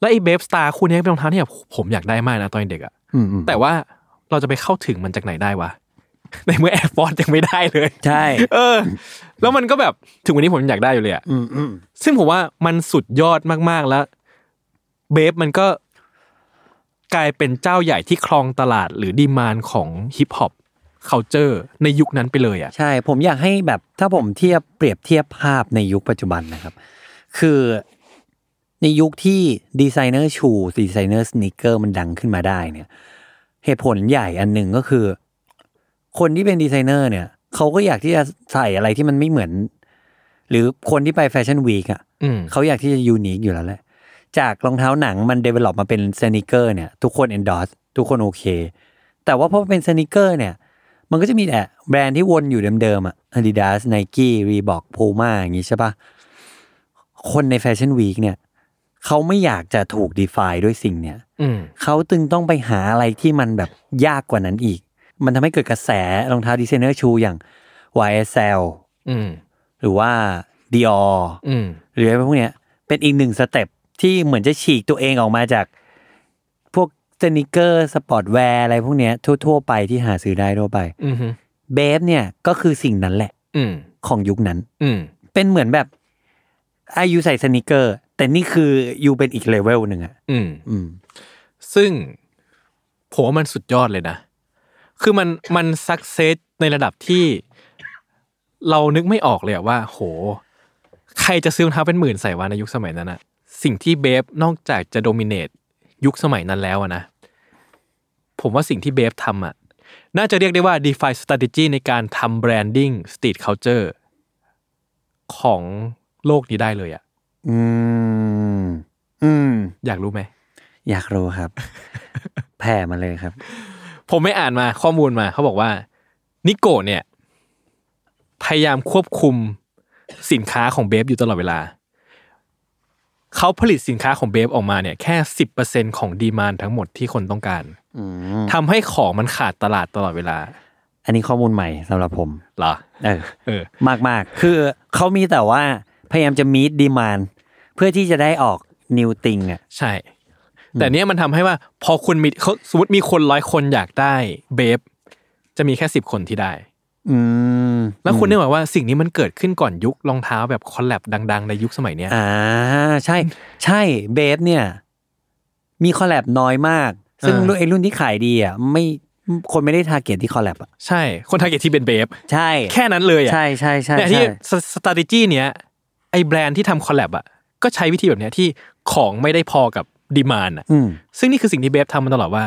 C: แล้วไอ้เบฟสตาร์คู่เนี้ยเป็นรองเท้าที่แบบผมอยากได้มากนะตอนเด็กอ่ะ
B: อืมอืม
C: แต่ว่าเราจะไปเข้าถึงมันจากไหนได้วะ ในเมื่อแอร์ฟอร์ยังไม่ได้เลย
B: ใช่
C: เออ แล้วมันก็แบบถึงวันนี้ผมยังอยากได้อยู่เลยอะ
B: อืมอืม
C: ซึ่งผมว่ามันสุดยอดมากๆแล้ว เบฟมันก็กลายเป็นเจ้าใหญ่ที่ครองตลาดหรือดีมานของฮิปฮอป c u เจอร์ในยุคนั้นไปเลยอ่ะ
B: ใช่ผมอยากให้แบบถ้าผมเทียบเปรียบเทียบภาพในยุคปัจจุบันนะครับ คือในยุคที่ดีไซเนอร์ชูดีไซเนอร์สนิเกอร์มันดังขึ้นมาได้เนี่ย เหตุผลใหญ่อันหนึ่งก็คือ คนที่เป็นดีไซเนอร์เนี่ยเขาก็อยากที่จะใส่อะไรที่มันไม่เหมือน หรือคนที่ไปแฟชั่นวีคอ่ะ
C: อืม
B: เขาอยากที่จะยูนิคอยู่แล้วแหละ จากรองเท้าหนังมันเดเวล็อปมาเป็นสนิเกอร์เนี่ย ทุกคน endorse ทุกคนโอเค แต่ว่าพอเป็นสนิเกอร์เนี่ย มันก็จะมีแต่แบรนด์ที่วนอยู่เดิมๆอะ Adidas Nike Reebok Puma อย่างงี้ใช่ปะคนในแฟชั่นวีคเนี่ย เขาไม่อยากจะถูก define ด้วยสิ่งเนี่ย
C: อืม
B: เขาจึงต้องไปหาอะไรที่มันแบบยากกว่านั้นอีก มันทำให้เกิดกระแสรองเท้าดีไซเนอร์ชูอย่าง YSL
C: อืม
B: หรือว่า Dior
C: อืม
B: หรืออะไรพวกเนี้ยเป็นอีกหนึ่งสเต็ปที่เหมือนจะฉีกตัวเองออกมาจาก พวกสนิเกอร์สปอร์ตแวร์อะไรพวกเนี้ยทั่ว ๆ ไปที่หาซื้อได้ทั่วไป
C: อืม
B: เบฟเนี่ยก็คือสิ่งนั้นแหละ
C: อืม
B: ของยุคนั้น
C: อืม
B: เป็นเหมือนแบบอายุใส่สนิเกอร์ แต่นี่คืออยู่เป็นอีกเลเวลหนึ่งอะ
C: อืม
B: อืม
C: ซึ่งผมว่ามันสุดยอดเลยนะ คือมันมันสักเซสในระดับที่เรานึกไม่ออกเลยอะว่า โห ใครจะซื้อรองเท้าเป็นหมื่นใส่วะในยุคสมัยนั้นอะสิ่งที่เบฟนอกจากจะโดมิเนตยุคสมัยนั้นแล้วอะนะ ผมว่าสิ่งที่เบฟทำอะน่าจะเรียกได้ว่า define strategy ในการทำแบรนดิ้ง street culture ของโลกนี้ได้เลยอะ
B: อืม อืม
C: อยากรู้ไหม
B: อยากรู้ครับ แผ่มาเลยครับ
C: ผมไม่อ่านมาข้อมูลมาเขาบอกว่า นิโกะเนี่ย พยายามควบคุมสินค้าของเบฟอยู่ตลอดเวลา เขาผลิตสินค้าของเบฟออกมาเนี่ย แค่สิบเปอร์เซ็นของดีมานทั้งหมดที่คนต้องการ
B: อืม
C: ทำให้ของมันขาดตลาดตลอดเวลา
B: อันนี้ข้อมูลใหม่สำหรับผม
C: เหรอ
B: เออ
C: เออ
B: มากมากๆ คือเขามีแต่ว่าพยายามจะมีดดีมานเพื่อที่จะได้ออกนิวติงอ่ะ
C: ใช่ แต่เนี้ยมันทำให้ว่า พอคุณมีเขาสมมติมีคนร้อยคนอยากได้เบฟจะมีแค่สิบคนที่ได้
B: อืม
C: แล้วคุณนึกไหมว่าสิ่งนี้มันเกิดขึ้นก่อนยุครองเท้าแบบคอลแลบดัง ๆ ในยุคสมัยเนี้ย
B: อ่า ใช่ ใช่เบฟเนี่ย มีคอลแลบน้อยมาก ซึ่ง
C: เออ
B: รุ่นไอรุ่นที่ขายดีอ่ะ ไม่คนไม่ได้ทาร์เก็ตที่คอลแลบอ่ะ
C: ใช่ คนทาร์เก็ตที่เป็นเบฟ
B: ใช่
C: แค่นั้นเลยอ่ะ
B: ใช่ใช่ใช่
C: เนี่ย
B: ใช่
C: ที่สตาติจีเนี้ยไอ้แบรนด์ที่ทำคอลแลบอ่ะ ก็ใช้วิธีแบบเนี้ยที่ของไม่ได้พอกับดีมานอ่ะ
B: อืม
C: ซึ่งนี่คือสิ่งที่เบฟทำมาตลอดว่า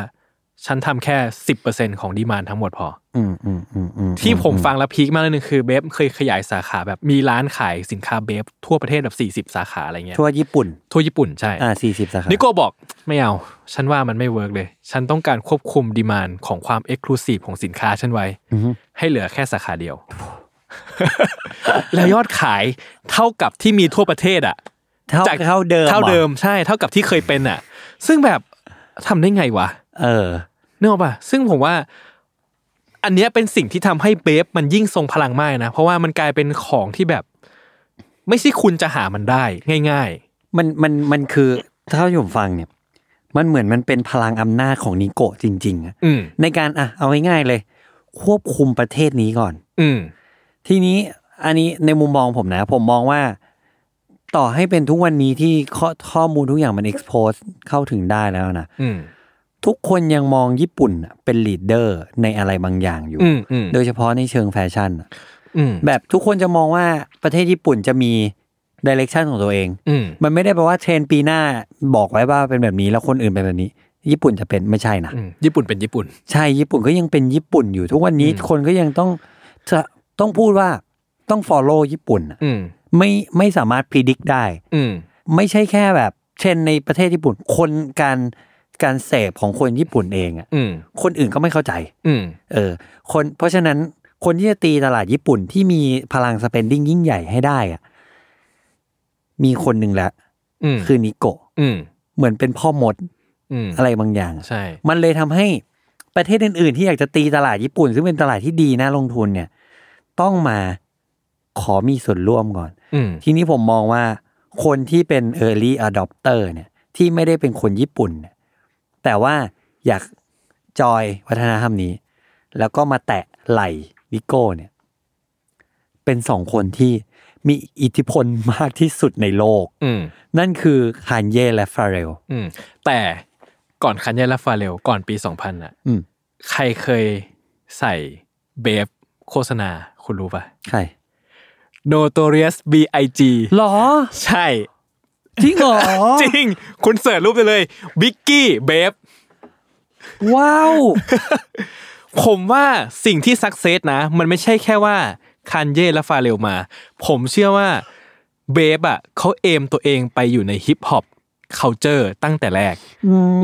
C: ฉันทำแค่ 10%ของดีมานทั้งหมดพอ
B: อืมอืมอืมอืม
C: ที่ผมฟังแล้วพีคมากเลยนึงคือเบฟเคยขยายสาขาแบบมีร้านขายสินค้าเบฟทั่วประเทศแบบ 40 สาขาอะไรเงี้ย
B: ทั่วญี่ปุ่น
C: ทั่วญี่ปุ่นใช่
B: อ่าสี่สิบสาขา
C: นิโก้บอกไม่เอา ฉันว่ามันไม่เวิร์กเลย ฉันต้องการควบคุมดีมานของความเอ็กซ์คลูซีฟของสินค้าฉันไว้ ให้เหลือแค่สาขาเดียว แล้วยอดขายเท่ากับที่มีทั่วประเทศอ่ะ
B: เท่าเท่าเดิม
C: เท่า
B: หรอ
C: เดิมใช่เท่ากับที่เคยเป็นอ่ะ ซึ่งแบบทำได้ไงวะ
B: เออ
C: นึกออกป่ะซึ่งผมว่า อันเนี้ยเป็นสิ่งที่ทำให้เบฟมันยิ่งทรงพลังมากนะ เพราะว่ามันกลายเป็นของที่แบบ ไม่ใช่คุณจะหามันได้ง่าย
B: มันมันมันคือเท่าที่ผมฟังเนี่ย มันเหมือนมันเป็นพลังอำนาจของนิโกะจริงๆอะ
C: ๆ อืม
B: ในการอ่ะเอาง่ายๆเลย ควบคุมประเทศนี้ก่อน
C: อืม
B: ทีนี้อันนี้ในมุมมองผมนะ ผมมองว่า ต่อให้เป็นทุกวันนี้ที่ข้อข้อมูลทุกอย่างมัน expose เข้าถึงได้แล้วนะ
C: อืม
B: ทุกคนยังมองญี่ปุ่นน่ะเป็น leader ในอะไรบางอย่างอยู่
C: อืมอืม
B: โดยเฉพาะในเชิงแฟชั่นน่ะ
C: อืม
B: แบบทุกคนจะมองว่าประเทศญี่ปุ่นจะมี direction ของตัวเอง
C: อืม
B: มันไม่ได้แปลว่าเทรนด์ปีหน้าบอกไว้ว่าเป็นแบบนี้แล้วคนอื่นเป็นแบบนี้ ญี่ปุ่นจะเป็นไม่ใช่นะ
C: อืม ญี่ปุ่นเป็นญี่ปุ่น
B: ใช่ญี่ปุ่นก็ยังเป็นญี่ปุ่นอยู่ ทุกวันนี้
C: อืม
B: คนก็ยังต้องจะต้องพูดว่าต้อง follow ญี่ปุ่นน่ะ
C: อืม
B: ไม่ไม่สามารถพิ i c t ได้
C: อืม
B: ไม่ใช่แค่แบบเทรนด์ในประเทศญี่ปุ่น คนการการเสพของคนญี่ปุ่นเองอ่ะ
C: อืม
B: คนอื่นก็ไม่เข้าใจ
C: อืม
B: เออ คนเพราะฉะนั้นคนที่จะตีตลาดญี่ปุ่นที่มีพลัง spending ยิ่งใหญ่ให้ได้อ่ะมีคนหนึ่งละ
C: อืม
B: คือนิโกะ
C: อืม
B: เหมือนเป็นพ่อมด
C: อืม
B: อะไรบางอย่าง
C: ใช่
B: มันเลยทำให้ประเทศอื่น ๆ ที่อยากจะตีตลาดญี่ปุ่น ซึ่งเป็นตลาดที่ดีน่าลงทุนเนี่ย ต้องมาขอมีส่วนร่วมก่อน
C: อืม
B: ทีนี้ผมมองว่าคนที่เป็น early adopter เนี่ย ที่ไม่ได้เป็นคนญี่ปุ่นเนี่ยแต่ว่าอยากจอยวัฒนธรรมนี้ แล้วก็มาแตะไหลวิโก้เนี่ย เป็นสองคนที่มีอิทธิพลมากที่สุดในโลก
C: อืม
B: นั่นคือคานเย่และฟาเรล
C: อืม แต่ก่อนคันยาและฟาเรลก่อนปีสองพันอ่ะ
B: อืม
C: ใครเคยใส่ เบฟโฆษณาคุณรู้ปะ
B: ใคร
C: Notorious B.I.G.
B: หรอ
C: ใช่
B: จริงเหรอ
C: จริง คุณเสิร์ชรูปไปเลยบิกกี้เบฟ
B: ว้าว
C: ผมว่าสิ่งที่สักเซสนะ มันไม่ใช่แค่ว่าคันเย่และฟาเรลมา ผมเชื่อว่าเบฟอ่ะเขาเอมตัวเองไปอยู่ในฮิปฮอปเคาเจอร์ตั้งแต่แรก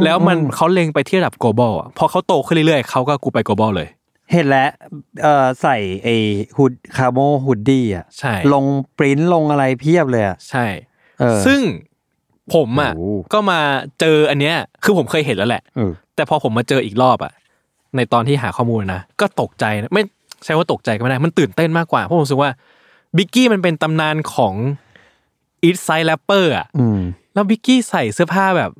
C: แล้วมันเขาเล็งไปที่ระดับ global อ่ะพอเขาโตขึ้นเรื่อยๆเขาก็กูไป global เลย
B: เห็นแล้วเอ่อใส่ไอ้ฮุดคาโมฮุดดี้อ่ะ
C: ใช่
B: ลงปริ้นท์ลงอะไรเพียบเลยอ่ะ
C: ใช่
B: เออ
C: ซึ่งผมอ่ะ
B: โอ้
C: ก็มาเจออันเนี้ย คือผมเคยเห็นแล้วแหละ
B: เออ
C: แต่พอผมมาเจออีกรอบอะในตอนที่หาข้อมูลนะ ก็ตกใจนะไม่ใช่ว่าตกใจก็ไม่ได้ มันตื่นเต้นมากกว่า เพราะผมรู้สึกว่าบิกกี้มันเป็นตำนานของอีทไซด์แรปเปอร์อะ
B: อืม
C: แล้วบิกกี้ใส่เสื้อผ้าแบบ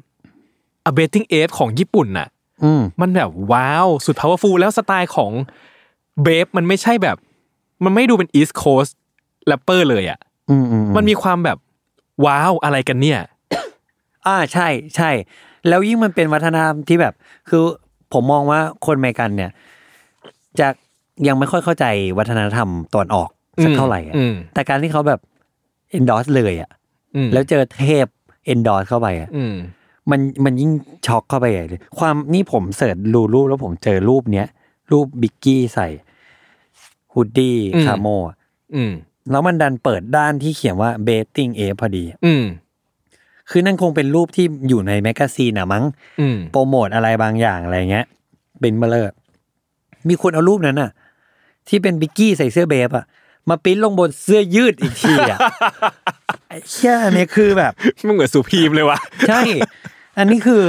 C: a b e t t i n g a p e ของญี่ปุ่นน่ะ
B: อืม
C: มันแบบว้าว สุด powerful แล้วสไตล์ของเบฟมันไม่ใช่แบบ มันไม่ดูเป็น East Coast แรปเปอร์เลยอะ
B: อืมอื
C: มันมีความแบบว้าวอะไรกันเนี่ย
B: อ่าใช่ใช่ แล้วยิ่งมันเป็นวัฒนธรรมที่แบบ คือผมมองว่าคนอเมริกันเนี่ย จะยังไม่ค่อยเข้าใจวัฒนธรรมตอนออกสักเท่าไหร่อะ
C: อืมอืม
B: แต่การที่เขาแบบ endorse เลยอ่ะ
C: อืม
B: แล้วเจอเทพ endorse เข้าไปอ่ะ
C: อืม
B: มันมันยิ่งช็อกเข้าไปใหญ่เลยความนี่ผมเสิร์ชรูรูปแล้วผมเจอรูปเนี้ย รูปบิกกี้ใส่ฮูดดี้
C: อืม
B: คาโมอะ
C: อืม
B: แล้วมันดันเปิดด้านที่เขียนว่าเบ t ติ n งเอพอดี
C: อืม
B: คือนั่นคงเป็นรูปที่อยู่ในแมกกาซีนอะมั้ง
C: อืม
B: โปรโมทอะไรบางอย่างอะไรเงี้ยเป็นเบลเลอร์มีคนเอารูปนั้นอะที่เป็นบิกกี้ใส่เสื้อเบฟอะมาปริ้นลงบนเสื้อยืดอีกที อะไอ้เชี่ยอันนี้คือแบบ
C: มันเหมือนสุพีมเลยว่ะ
B: ใช่ อันนี้คือ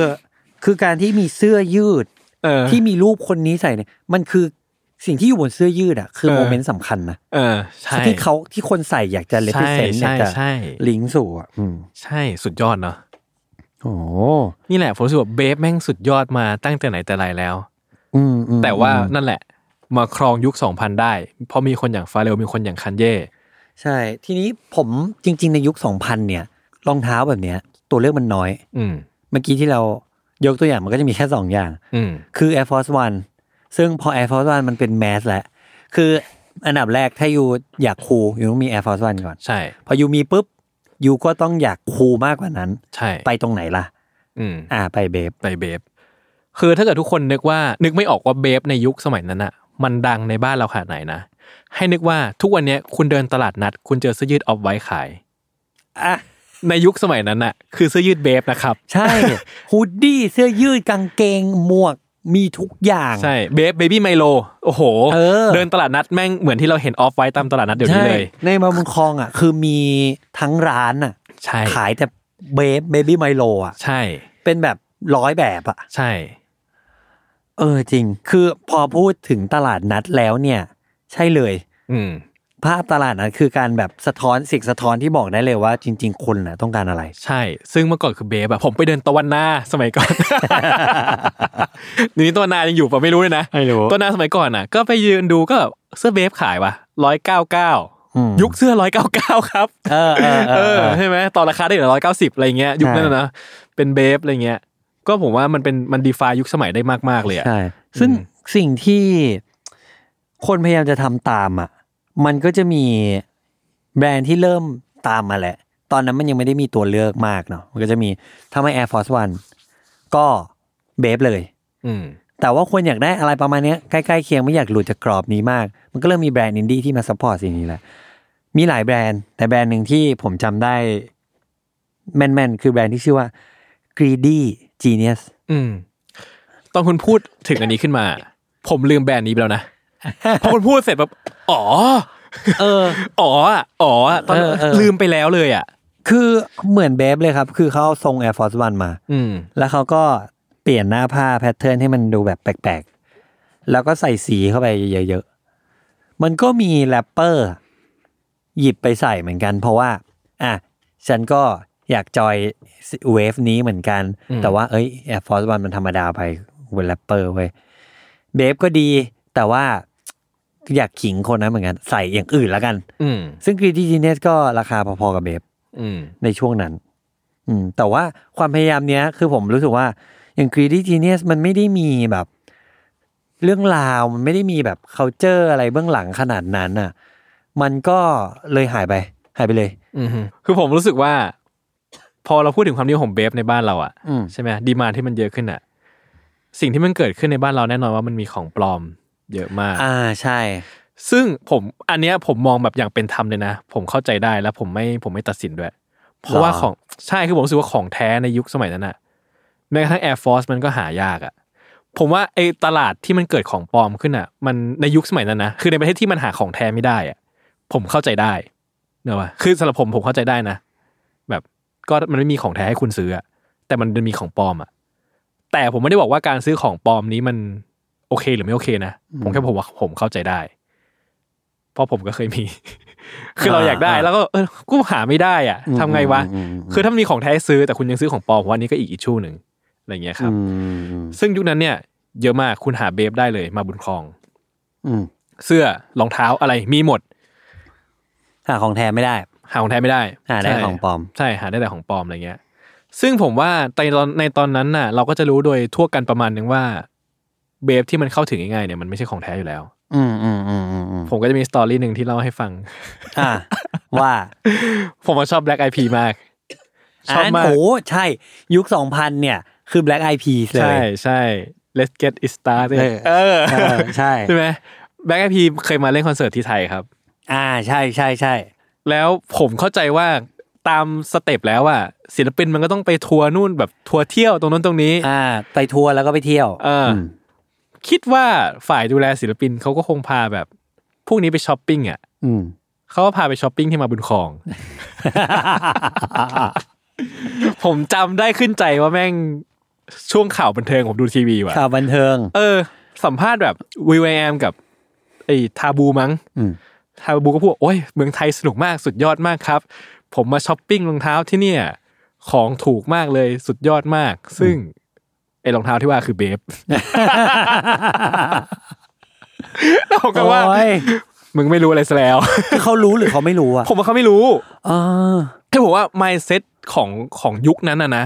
B: คือการที่มีเสื้อยืด
C: เออ
B: ที่มีรูปคนนี้ใส่เนี่ยมันคือสิ่งที่อยู่บนเสื้อยืดอะคือ
C: เออ
B: โมเมนต์สำคัญนะ
C: เออ ใช่
B: ที่เขาที่คนใส่อยากจะเล p ิเซนต์
C: ใช่
B: อยากจะ
C: ใช่
B: ลิงก์สู่อะอืม
C: ใช่สุดยอดเนาะ
B: โอ้โห
C: นี่แหละผมรู้สึกว่าเบฟแม่งสุดยอดมาตั้งแต่ไหนแต่ไรแล้ว
B: อืมอืม
C: แต่ว่า
B: อืม
C: นั่นแหละ มาครองยุค 2000 ได้ เพราะมีคนอย่างฟาเรลมีคนอย่างคันเย่
B: ใช่ ทีนี้ผมจริง ๆ ในยุค 2000 เนี่ยรองเท้าแบบเนี้ย ตัวเลือกมันน้อย
C: อืม
B: เมื่อกี้ที่เรายกตัวอย่างมันก็จะมีแค่ 2 อย่าง
C: อืม
B: คือ Air Force One ซึ่งพอ Air Force One มันเป็นแมสแล้วคืออันดับแรกถ้าอยู่อยากคูลอยู่ต้องมี Air Force One ก่อน
C: ใช่
B: พออยู่มีปุ๊บอยู่ก็ต้องอยากคูลมากกว่านั้น
C: ใช่
B: ไปตรงไหนล่ะ
C: อืม
B: อ่าไปเบฟ
C: ไปเบฟคือถ้าเกิดทุกคนนึกว่านึกไม่ออกว่าเบฟในยุคสมัยนั้นอะมันดังในบ้านเราขนาดไหนนะ ให้นึกว่าทุกวันเนี้ยคุณเดินตลาดนัด คุณเจอเสื้อยืดออฟไว้ขาย
B: อ่ะ
C: ในยุคสมัยนั้นอะคือเสื้อยืดเบฟนะครับ
B: ใช่ ฮูดดี้เสื้อยืดกางเกงหมวกมีทุกอย่าง
C: ใช่เบฟเบบี้ไมโลโอ้โห
B: เออ
C: นตลาดนัดแม่งเหมือนที่เราเห็นออฟไว้ตามตลาดนัดเดี๋ยวนี้
B: ใช่
C: เลย
B: ในมาบุญคลองอ่ะ คือมีทั้งร้านอ่ะ
C: ใช่
B: ขายแต่เบฟเบบี้ไมโลอ่ะ
C: ใช่
B: เป็นแบบร้อยแบบอ่ะ
C: ใช่
B: เออจริง คือพอพูดถึงตลาดนัดแล้วเนี่ย ใช่เลย
C: อืม
B: ภาพตลาดนัดคือการแบบสะท้อนสิ่งสะท้อนที่บอกได้เลยว่าจริง ๆ คนน่ะต้องการอะไร
C: ใช่ ซึ่งเมื่อก่อนคือเบฟอะผมไปเดินตะวันนาสมัย ก่อน เดี๋ยวนี้ตะวันนายังอยู่ปะไม่รู้เลยนะ
B: ไม่รู้
C: ตะวันนาสมัยก่อนอะก็ไปยืนดูก็แบบเสื้อเบฟขายว่ะร้อยเก้าเก้า
B: อืม
C: ยุคเสื้อร้อยเก้าเก้าครับ
B: เออเออเอ
C: เอ
B: อ
C: อ
B: เออ
C: ใช่ไหมตอนราคาได้เหลือร้อยเก้าสิบอะไรเงี้ยยุคนั้น
B: ใช่
C: นะนะเป็นเบฟอะไรเงี้ย ก็ผมว่ามันเป็นมันดีฟายุคสมัยได้มากๆเลยอะ
B: ใช่ ซึ่ง
C: อืม
B: สิ่งที่คนพยายามจะทำตามอ่ะ มันก็จะมีแบรนด์ที่เริ่มตามมาแหละ ตอนนั้นมันยังไม่ได้มีตัวเลือกมากเนาะ มันก็จะมีถ้าไม่ Air Force One ก็เบฟเลย
C: อืม
B: แต่ว่าคนอยากได้อะไรประมาณเนี้ยใกล้ๆเคียงไม่อยากหลุดจากกรอบนี้มาก มันก็เริ่มมีแบรนด์อินดี้ที่มาซัพพอร์ตสิ่งนี้แหละ มีหลายแบรนด์ แต่แบรนด์หนึ่งที่ผมจำได้แม่นๆคือแบรนด์ที่ชื่อว่า Greedy Genius
C: อืมตอนคุณพูดถึงอันนี้ขึ้นมา ผมลืมแบรนด์นี้ไปแล้วนะ พอคุณพูดเสร็จแบบอ๋อ
B: เออ
C: อ๋ออะอ๋ออะตอน
B: เออเออ
C: ลืมไปแล้วเลยอ่ะ
B: คือเหมือนเบฟเลยครับ คือเขาเอาทรง Air Force One มา
C: อืม
B: แล้วเขาก็เปลี่ยนหน้าผ้าแพทเทิร์นให้มันดูแบบแปลกๆ แล้วก็ใส่สีเข้าไปเยอะๆ มันก็มีแรปเปอร์ หยิบไปใส่เหมือนกัน เพราะว่า อ่ะ ฉันก็อยากจอยเวฟนี้เหมือนกัน
C: อืม
B: แต่ว่าเอ้ย Air Force One มันธรรมดาไปเวนแรปเปอร์เว้ยเบฟก็ดี แต่ว่าอยากขิงคนนั้นเหมือนกัน ใส่อย่างอื่นแล้วกัน
C: อืม
B: ซึ่งกรีดีจีเนสก็ราคาพอๆกับเบฟ
C: อืม
B: ในช่วงนั้น อืม แต่ว่าความพยายามเนี้ย คือผมรู้สึกว่า อย่าง greedy genius มันไม่ได้มีแบบ เรื่องราวมันไม่ได้มีแบบ c u เจอร์อะไรเบื้องหลังขนาดนั้นอ่ะ มันก็เลยหายไป หายไปเลย
C: อือฮึคือผมรู้สึกว่า พอเราพูดถึงความนิยมของเบฟในบ้านเราอ่ะ
B: อืม
C: ใช่ไหมดีมานที่มันเยอะขึ้นอ่ะ สิ่งที่มันเกิดขึ้นในบ้านเราแน่นอนว่ามันมีของปลอมเยอะมาก
B: อ่าใช่
C: ซึ่งผมอันเนี้ยผมมองแบบอย่างเป็นธรรมเลยนะ ผมเข้าใจได้แล้วผมไม่ผมไม่ตัดสินด้วย เพราะว่า
B: หรอ
C: ของใช่คือผมรู้สึกว่าของแท้ในยุคสมัยนั้นอะแม้กระทั่ง Air Force มันก็หายากอะผมว่าไอ้ตลาดที่มันเกิดของปลอมขึ้นอะมันในยุคสมัยนั้นนะคือในประเทศที่มันหาของแท้ไม่ได้อะผมเข้าใจได้เนอะวะคือสำหรับผมผมเข้าใจได้นะ แบบก็มันไม่มีของแท้ให้คุณซื้ออะแต่มันมีของปลอมอะแต่ผมไม่ได้บอกว่าการซื้อของปลอมนี้มันโอเคหรือไม่โอเคนะผมแค่ผมว่าผมเข้าใจได้ เพราะผมก็เคยมี คือเราอยากได้
B: อ่า
C: แล้วก็เออกูหาไม่ได้อ่ะ
B: อืม
C: ทำไงวะ
B: อืมอืมอืม
C: คือถ้ามีของแท้ซื้อแต่คุณยังซื้อของปลอมผมว่าอันนี้ก็อีกอิชชูหนึ่งอะไรเงี้ยครับ
B: อืม
C: ซึ่งยุคนั้นเนี่ย เยอะมากคุณหาเบฟได้เลยมาบุญครอง
B: อืม
C: เสื้อรองเท้าอะไรมีหมด
B: หาของแท้ไม่ได้
C: หาของแท้ไม่ได้
B: หาได้
C: ใช่
B: ของปลอม
C: ใช่หาได้แต่ของปลอมอะไรเงี้ย ซึ่งผมว่าในตอนในตอนนั้นน่ะ เราก็จะรู้โดยทั่วกันประมาณนึงว่า เบฟที่มันเข้าถึงง่ายๆเนี่ยมันไม่ใช่ของแท้อยู่แล้ว
B: อืมอืมอืมอืมอืม
C: ผมก็จะมีสตอรี่หนึ่งที่เล่าให้ฟัง
B: อ่าว่า
C: ผมว่าชอบแบล็กไอพีมาก ชอบมาก
B: โอ้ใช่ยุคสองพันเนี่ย คือ Black IP เลย
C: ใช่ใช่ let's get it started
B: เออใช่
C: ใช่ไหมแบล็กไอพีเคยมาเล่นคอนเสิร์ตที่ไทยครับ
B: อ่าใช่ใช่ใช่
C: แล้วผมเข้าใจว่าตามสเต็ปแล้วอ่ะศิลปินมันก็ต้องไปทัวร์นู่นแบบทัวร์เที่ยวตรงนั้นตรงนี้
B: อ่า ไปทัวร์แล้วก็ไปเที่ยว
C: เอออ
B: ม
C: คิดว่าฝ่ายดูแลศิลปินเขาก็คงพาแบบ พวกนี้ไปช้อปปิ้งอ่ะ
B: อืม
C: เขาก็พาไปช้อปปิ้งที่มาบุญครอง ผมจำได้ขึ้นใจว่าแม่งช่วงข่าวบันเทิงผมดูทีวีว่ะ
B: ข่าวบันเทิง
C: เออ สัมภาษณ์แบบวิวแอมกับไอ้ทาบูมั้ง
B: อืม
C: ทาบูก็พูดว่าโอ้ยเมืองไทยสนุกมากสุดยอดมากครับ ผมมาช้อปปิ้งรองเท้าที่เนี่ย ของถูกมากเลยสุดยอดมาก ซึ่งไอ้รองเท้าที่ว่าคือเบฟ แล้วผมก็ว่า
B: โอ้ย
C: มึงไม่รู้อะไรซะแล้ว
B: คือเขารู้หรือเขาไม่รู้อ่ะ
C: ผมว่าเขาไม่รู้
B: อ่า
C: คือผมว่า mindset ของของยุคนั้นอะนะ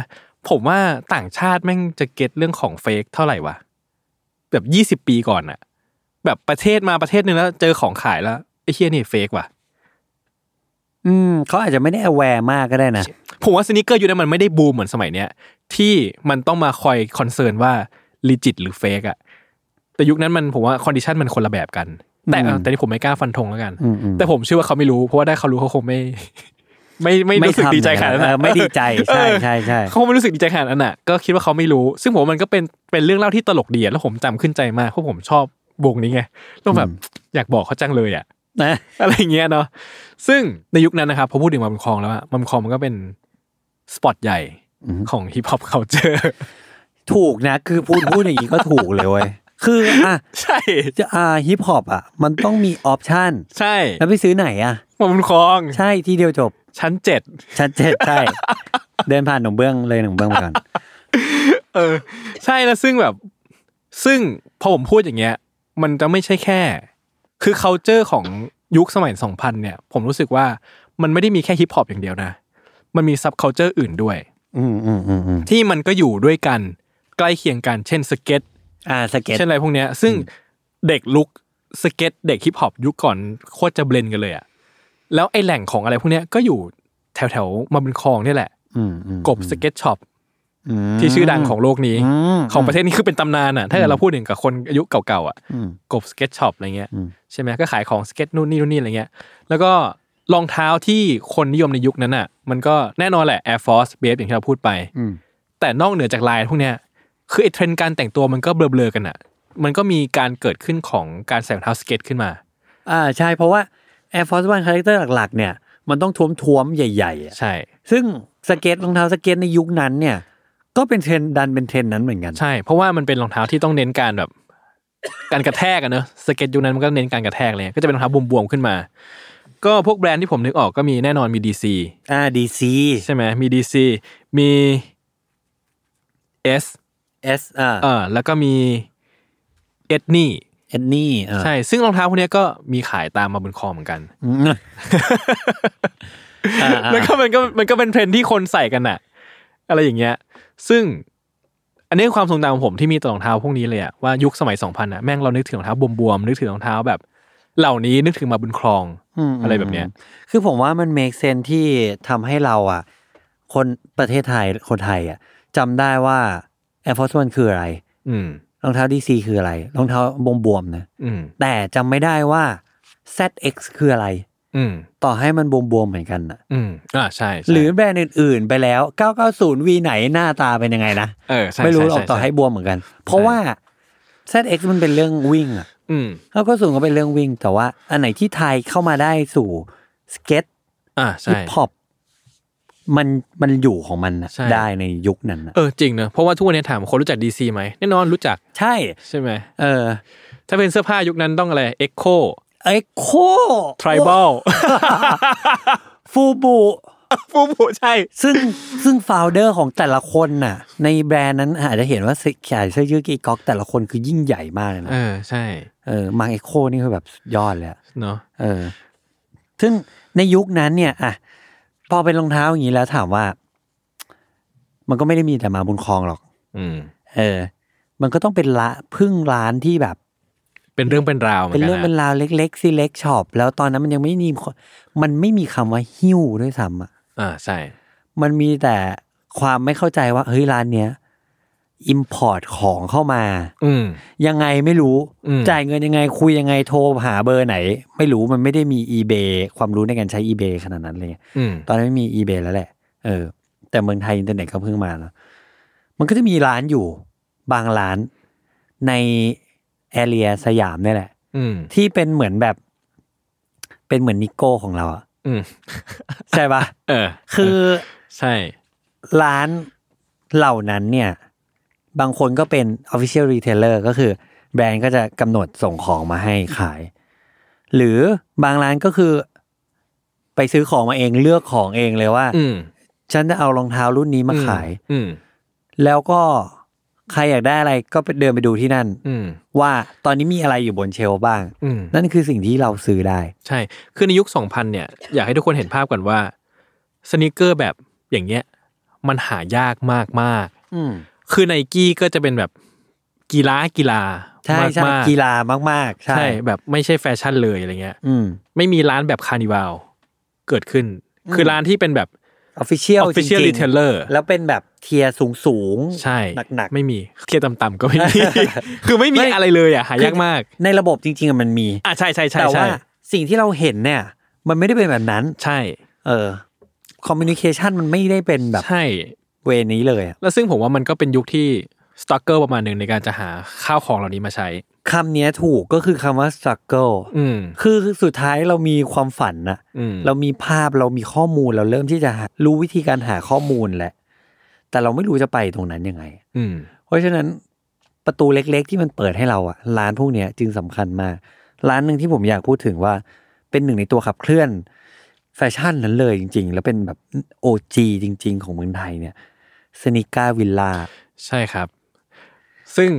C: ผมว่าต่างชาติแม่งจะเก็ตเรื่องของเฟกเท่าไหร่วะ แบบยี่สิบ20 ปีก่อนอะแบบประเทศมาประเทศหนึ่งแล้วเจอของขายแล้วไอ้เฮียนี่เฟกว่ะ
B: อืมเขาอาจจะไม่ได้ a แวร์มากก็ได้นะ
C: ผมว่าสนิเกอร์ยุคนั้นมันไม่ได้บูมเหมือนสมัยเนี้ยที่มันต้องมาคอยคอนเซิร์นว่าลิจิตหรือเฟกอะแต่ยุคนั้นมันผมว่าคอนดิชันมันคนละแบบกัน แต่เออแต่นี่ผมไม่กล้าฟันธงแล้วกัน
B: อืมอืม
C: แต่ผมเชื่อว่าเขาไม่รู้เพราะว่าได้เขารู้เขาคงไม่ ไม่ไม่รู้สึก
B: ทำ
C: ดีใจขนาดนั้น
B: เอ
C: อะ
B: อไม่ดีใจ ใช่
C: เออ
B: ใช่ใช่
C: เขาไม่รู้สึกดีใจขนาดนั้นอ่ะก็คิดว่าเขาไม่รู้ ซึ่งผมว่ามันก็เป็นเป็นเรื่องเล่าที่ตลกดีอะแล้วผมจำขึ้นใจมากเพราะผมชอบวงนี้ไงต้องแบบอยากบอกเขาจังเลยอ่ะ
B: นะ
C: อะไรอย่างเงี้ยเนาะซึ่งในยุคนั้นนะครับพอพูดถึงมัมคองแล้วอะมัมคองมันก็เป็นสปอตใหญ่ของฮิปฮอปเคาเจอร์
B: ถูกนะคือพูดพูดอย่างนี้ก็ถูกเลยเว้ยคืออ่ะ
C: ใช่
B: จะอ่าฮิปฮอปอ่ะ มันต้องมีออปชัน
C: ใช่
B: แล้วไปซื้อไหนอ่ะ
C: มัมคอง
B: ใช่ที่เดียวจบ
C: ชั้นเจ็ด
B: ชัดเจนใช่ เดินผ่านหนองเบื้องเลยหนองเบื้องไปก่อน
C: เออ ใช่แล้วซึ่งแบบซึ่งพอผมพูดอย่างเงี้ย มันจะไม่ใช่แค่ คือเคาเจอร์ของยุคสมัย 2000 เนี่ย ผมรู้สึกว่ามันไม่ได้มีแค่ฮิปฮอปอย่างเดียวนะ มันมีซับเคาเจอร์อื่นด้วย
B: อืมอืมอืมอืม
C: ที่มันก็อยู่ด้วยกันใกล้เคียงกันเช่นสเก็ต
B: อ่าสเก็ต
C: เช่นอะไรพวกเนี้ยซึ่งเด็กลุกสเก็ต เด็กฮิปฮอปยุคก่อนโคตรจะเบลนกันเลยอะแล้วไอแหล่งของอะไรพวกเนี้ยก็อยู่แถวแถวๆมาบุญคลองเนี่ยแหละ
B: อืมอืม
C: กบสเก็ตช็อป
B: อืม
C: ที่ชื่อดังของโลกนี้
B: อืม
C: ของประเทศนี้คือเป็นตำนานอะถ้าเกิดเราพูดถึงกับคนอายุเก่าๆอะ
B: อืม
C: กบสเก็ตช็อปอะไรเงี้ยใช่ไหมก็ขายของสเก็ตนู่นนี่นู่นนี่อะไรเงี้ย แล้วก็รองเท้าที่คนนิยมในยุคนั้นอะมันก็แน่นอนแหละ Air Force b a s e อย่างที่เราพูดไป
B: อืม
C: แต่นอกเหนือจากลายพวกเนี้ย คือไอ้เทรนด์การแต่งตัวมันก็เบลอๆกันอะมันก็มีการเกิดขึ้นของการใส่รองเท้าสเก็ตขึ้นมา
B: อ่าใช่เพราะว่า Air Force One คาแรคเตอร์หลักๆ เนี่ย มันต้องท้วมๆ ใหญ่ๆอะ
C: ใช่
B: ซึ่งสเก็ตรองเท้าสเก็ตในยุคนั้นเนี่ย ก็เป็นเทรนด์ดันเป็นเทรนด์นั้นเหมือนกัน
C: ใช่ เพราะว่ามันเป็นรองเท้าที่ต้องเน้นการแบบ การกระแทกอะเนอะสเก็ตยุคนั้นมันก็เน้นการกระแทกเลย ก็จะเป็นรองเท้าบวมๆขึ้นมา ก็พวกแบรนด์ที่ผมนึกออกก็มีแน่นอนมีดีซี
B: อ่าดีซี
C: ใช่ไหมมีดีซีมีเอส
B: เอสอ่า
C: เออแล้วก็มีเอ็ดนี่
B: เอ็นนี่อ่า
C: ใช่ ซึ่งรองเท้าพวกเนี้ยก็มีขายตามมาบนคอเหมือนกัน
B: อืมอ่าอ่า
C: แล้วก็มันก็มันก็เป็นเทรนด์ที่คนใส่กันน่ะ อะไรอย่างเงี้ย ซึ่ง อันนี้คือความทรงจำของผมที่มีต่อรองเท้าพวกนี้เลยอะว่ายุคสมัยสองพันอะแม่งเรานึกถึงรองเท้าบวมๆนึกถึงรองเท้าแบบ เหล่านี้นึกถึงมาบุญครอง
B: ม
C: อะไรแบบเนี้ย
B: คือผมว่ามัน make sense ที่ทำให้เราอ่ะ คนประเทศไทยคนไทยอ่ะจำได้ว่า Air Force One คืออะไร
C: อืม
B: รองเท้า DC คืออะไร รองเท้าบวมๆนะ
C: อืม
B: แต่จำไม่ได้ว่า ZX คืออะไร
C: อืม
B: ต่อให้มันบวมๆเหมือนกันอ่ะ
C: อืมอ่าใช่ใช่
B: หรือแบรนด์อื่นๆ ไปแล้ว 990 V ไหนหน้าตาเป็นยังไงนะ
C: เออใช่
B: ไม่รู้
C: ช่
B: ออกต่อ
C: ช่
B: ให้บวมเหมือนกัน เพราะว่า ZX มันเป็นเรื่องวิ่งอ่ะ
C: อืม
B: เขาก็สูงก็เป็นเรื่องวิ่ง แต่ว่าอันไหนที่ไทยเข้ามาได้สู่สเก็ต
C: อ่า
B: ฮิ
C: ใช่
B: ปฮอปมันมันอยู่ของมันนะ
C: ใช่
B: ได้ในยุคนั้นนะ
C: เออจริงเนอะเพราะว่าทุกวันนี้ถามคนรู้จักดีซีไหมแน่นอนรู้จัก
B: ใช่
C: ใช่ไหม
B: เออ
C: ถ้าเป็นเสื้อผ้ายุคนั้นต้องอะไรเอ็กโค
B: ไอ้โค
C: ทริบอล
B: ฟู บู
C: ฟูบูใช่
B: ซึ่งซึ่งโฟลเดอร์ของแต่ละคนน่ะ ในแบรนด์นั้นอาจจะเห็นว่าแขนเสื้อยืดกีก๊อกแต่ละคนคือยิ่งใหญ่มากเลยนะ
C: เออใช่
B: เออมาเอ็กโคนี่คือแบบสุดยอดเลยอะ
C: เนาะ
B: เออ ซึ่งในยุคนั้นเนี่ยอ่ะพอเป็นรองเท้าอย่างนี้แล้วถามว่า มันก็ไม่ได้มีแต่มาบุญคลองหรอก
C: อืม
B: เออ มันก็ต้องเป็นละพึ่งร้านที่แบบ
C: เป็นเรื่องเป็นราวเหมือ
B: เป็น
C: นกั
B: เรื่อง
C: น
B: เป็น
C: นะ
B: ราวเล็กๆซีเล็กช็อปแล้วตอนนั้นมันยังไม่มีคนมันไม่มีคำว่าหิ้วด้วยซ้ำอ่ะ
C: อ่าใช่
B: มันมีแต่ความไม่เข้าใจว่าเฮ้ยร้านเนี้ยอิมพอร์ตของเข้ามา
C: อืม
B: ยังไงไม่รู้
C: อืม
B: จ่ายเงินยังไงคุยยังไงโทรหาเบอร์ไหน ไม่รู้มันไม่ได้มี eBay ความรู้ในการใช้ eBay ขนาดนั้นเลย
C: อืม
B: ตอนนั้นไม่มี eBay แล้วแหละ เออ แต่เมืองไทยอินเทอร์เน็ตก็เพิ่งมาเนอะมันก็จะมีร้านอยู่ บางร้านในแอเรียสยามเนี่ยแหละ
C: อืม
B: ที่เป็นเหมือนแบบ เป็นเหมือนนิโก้ของเราอะ
C: อืม
B: ใช่ปะ
C: เออ
B: คือ
C: ใช่
B: ร้านเหล่านั้นเนี่ย บางคนก็เป็น Official Retailer ก็คือ แบรนด์ก็จะกำหนดส่งของมาให้ขาย หรือบางร้านก็คือ ไปซื้อของมาเองเลือกของเองเลยว่า
C: อืม
B: ฉันจะเอารองเท้ารุ่นนี้มาขาย
C: อืม
B: แล้วก็ใครอยากได้อะไรก็ไปเดินไปดูที่นั่น
C: อืม
B: ว่าตอนนี้มีอะไรอยู่บนเชลฟ์บ้าง
C: อืม
B: นั่นคือสิ่งที่เราซื้อได้
C: ใช่ คือในยุค 2000 เนี่ย อยากให้ทุกคนเห็นภาพก่อนว่า สนิเกอร์แบบอย่างเงี้ย มันหายากมากมาก
B: อืม
C: ๆคือไนกี้ก็จะเป็นแบบกีฬากีฬา
B: ใช่
C: มาก
B: ใช่
C: ๆ
B: กีฬามากๆ ใช่
C: ใช่แบบไม่ใช่แฟชั่นเลยอะไรเงี้ย
B: อืม
C: ไม่มีร้านแบบคาร์นิวัลเกิดขึ้น
B: อืม
C: คือร้านที่เป็นแบบ
B: ออฟฟิเชียล
C: official retailer
B: แล้วเป็นแบบเทียสูงสูงๆ
C: ใช่
B: หนักๆ
C: ไม่มีเครียดต่ำๆก็ไม่มี คือไม่มี
B: ไม่
C: อะไรเลยอ่ะหายากมาก
B: ในระบบจริงๆอะมันมี
C: อ่ะใช่ใช่ใช่
B: แต่
C: ใช่
B: ว่าสิ่งที่เราเห็นเนี่ย มันไม่ได้เป็นแบบนั้น
C: ใช่
B: เออคอมมิวนิเคชันมันไม่ได้เป็นแบบ
C: ใช่
B: เวนี้เลยอะ
C: แล้วซึ่งผมว่ามันก็เป็นยุคที่สตอกเกอร์ประมาณหนึ่งในการจะหาข้าวของเหล่านี้มาใช้
B: คำเนี้ยถูกก็คือคำว่า struggle
C: อืม
B: คือสุดท้ายเรามีความฝันนะ
C: อืม
B: เรามีภาพเรามีข้อมูลเราเริ่มที่จะหารู้วิธีการหาข้อมูลแหละ แต่เราไม่รู้จะไปตรงนั้นยังไง
C: อืม
B: เพราะฉะนั้นประตูเล็กๆ ที่มันเปิดให้เราอะร้านพวกเนี้ยจึงสำคัญมากร้านหนึ่งที่ผมอยากพูดถึงว่า เป็นหนึ่งในตัวขับเคลื่อน แฟชั่นนั้นเลยจริง ๆ แล้วเป็นแบบโอจีจริง ๆ ของเมืองไทยเนี่ยสนิก้าวิลล่า
C: ใช่ครับ ซึ่ง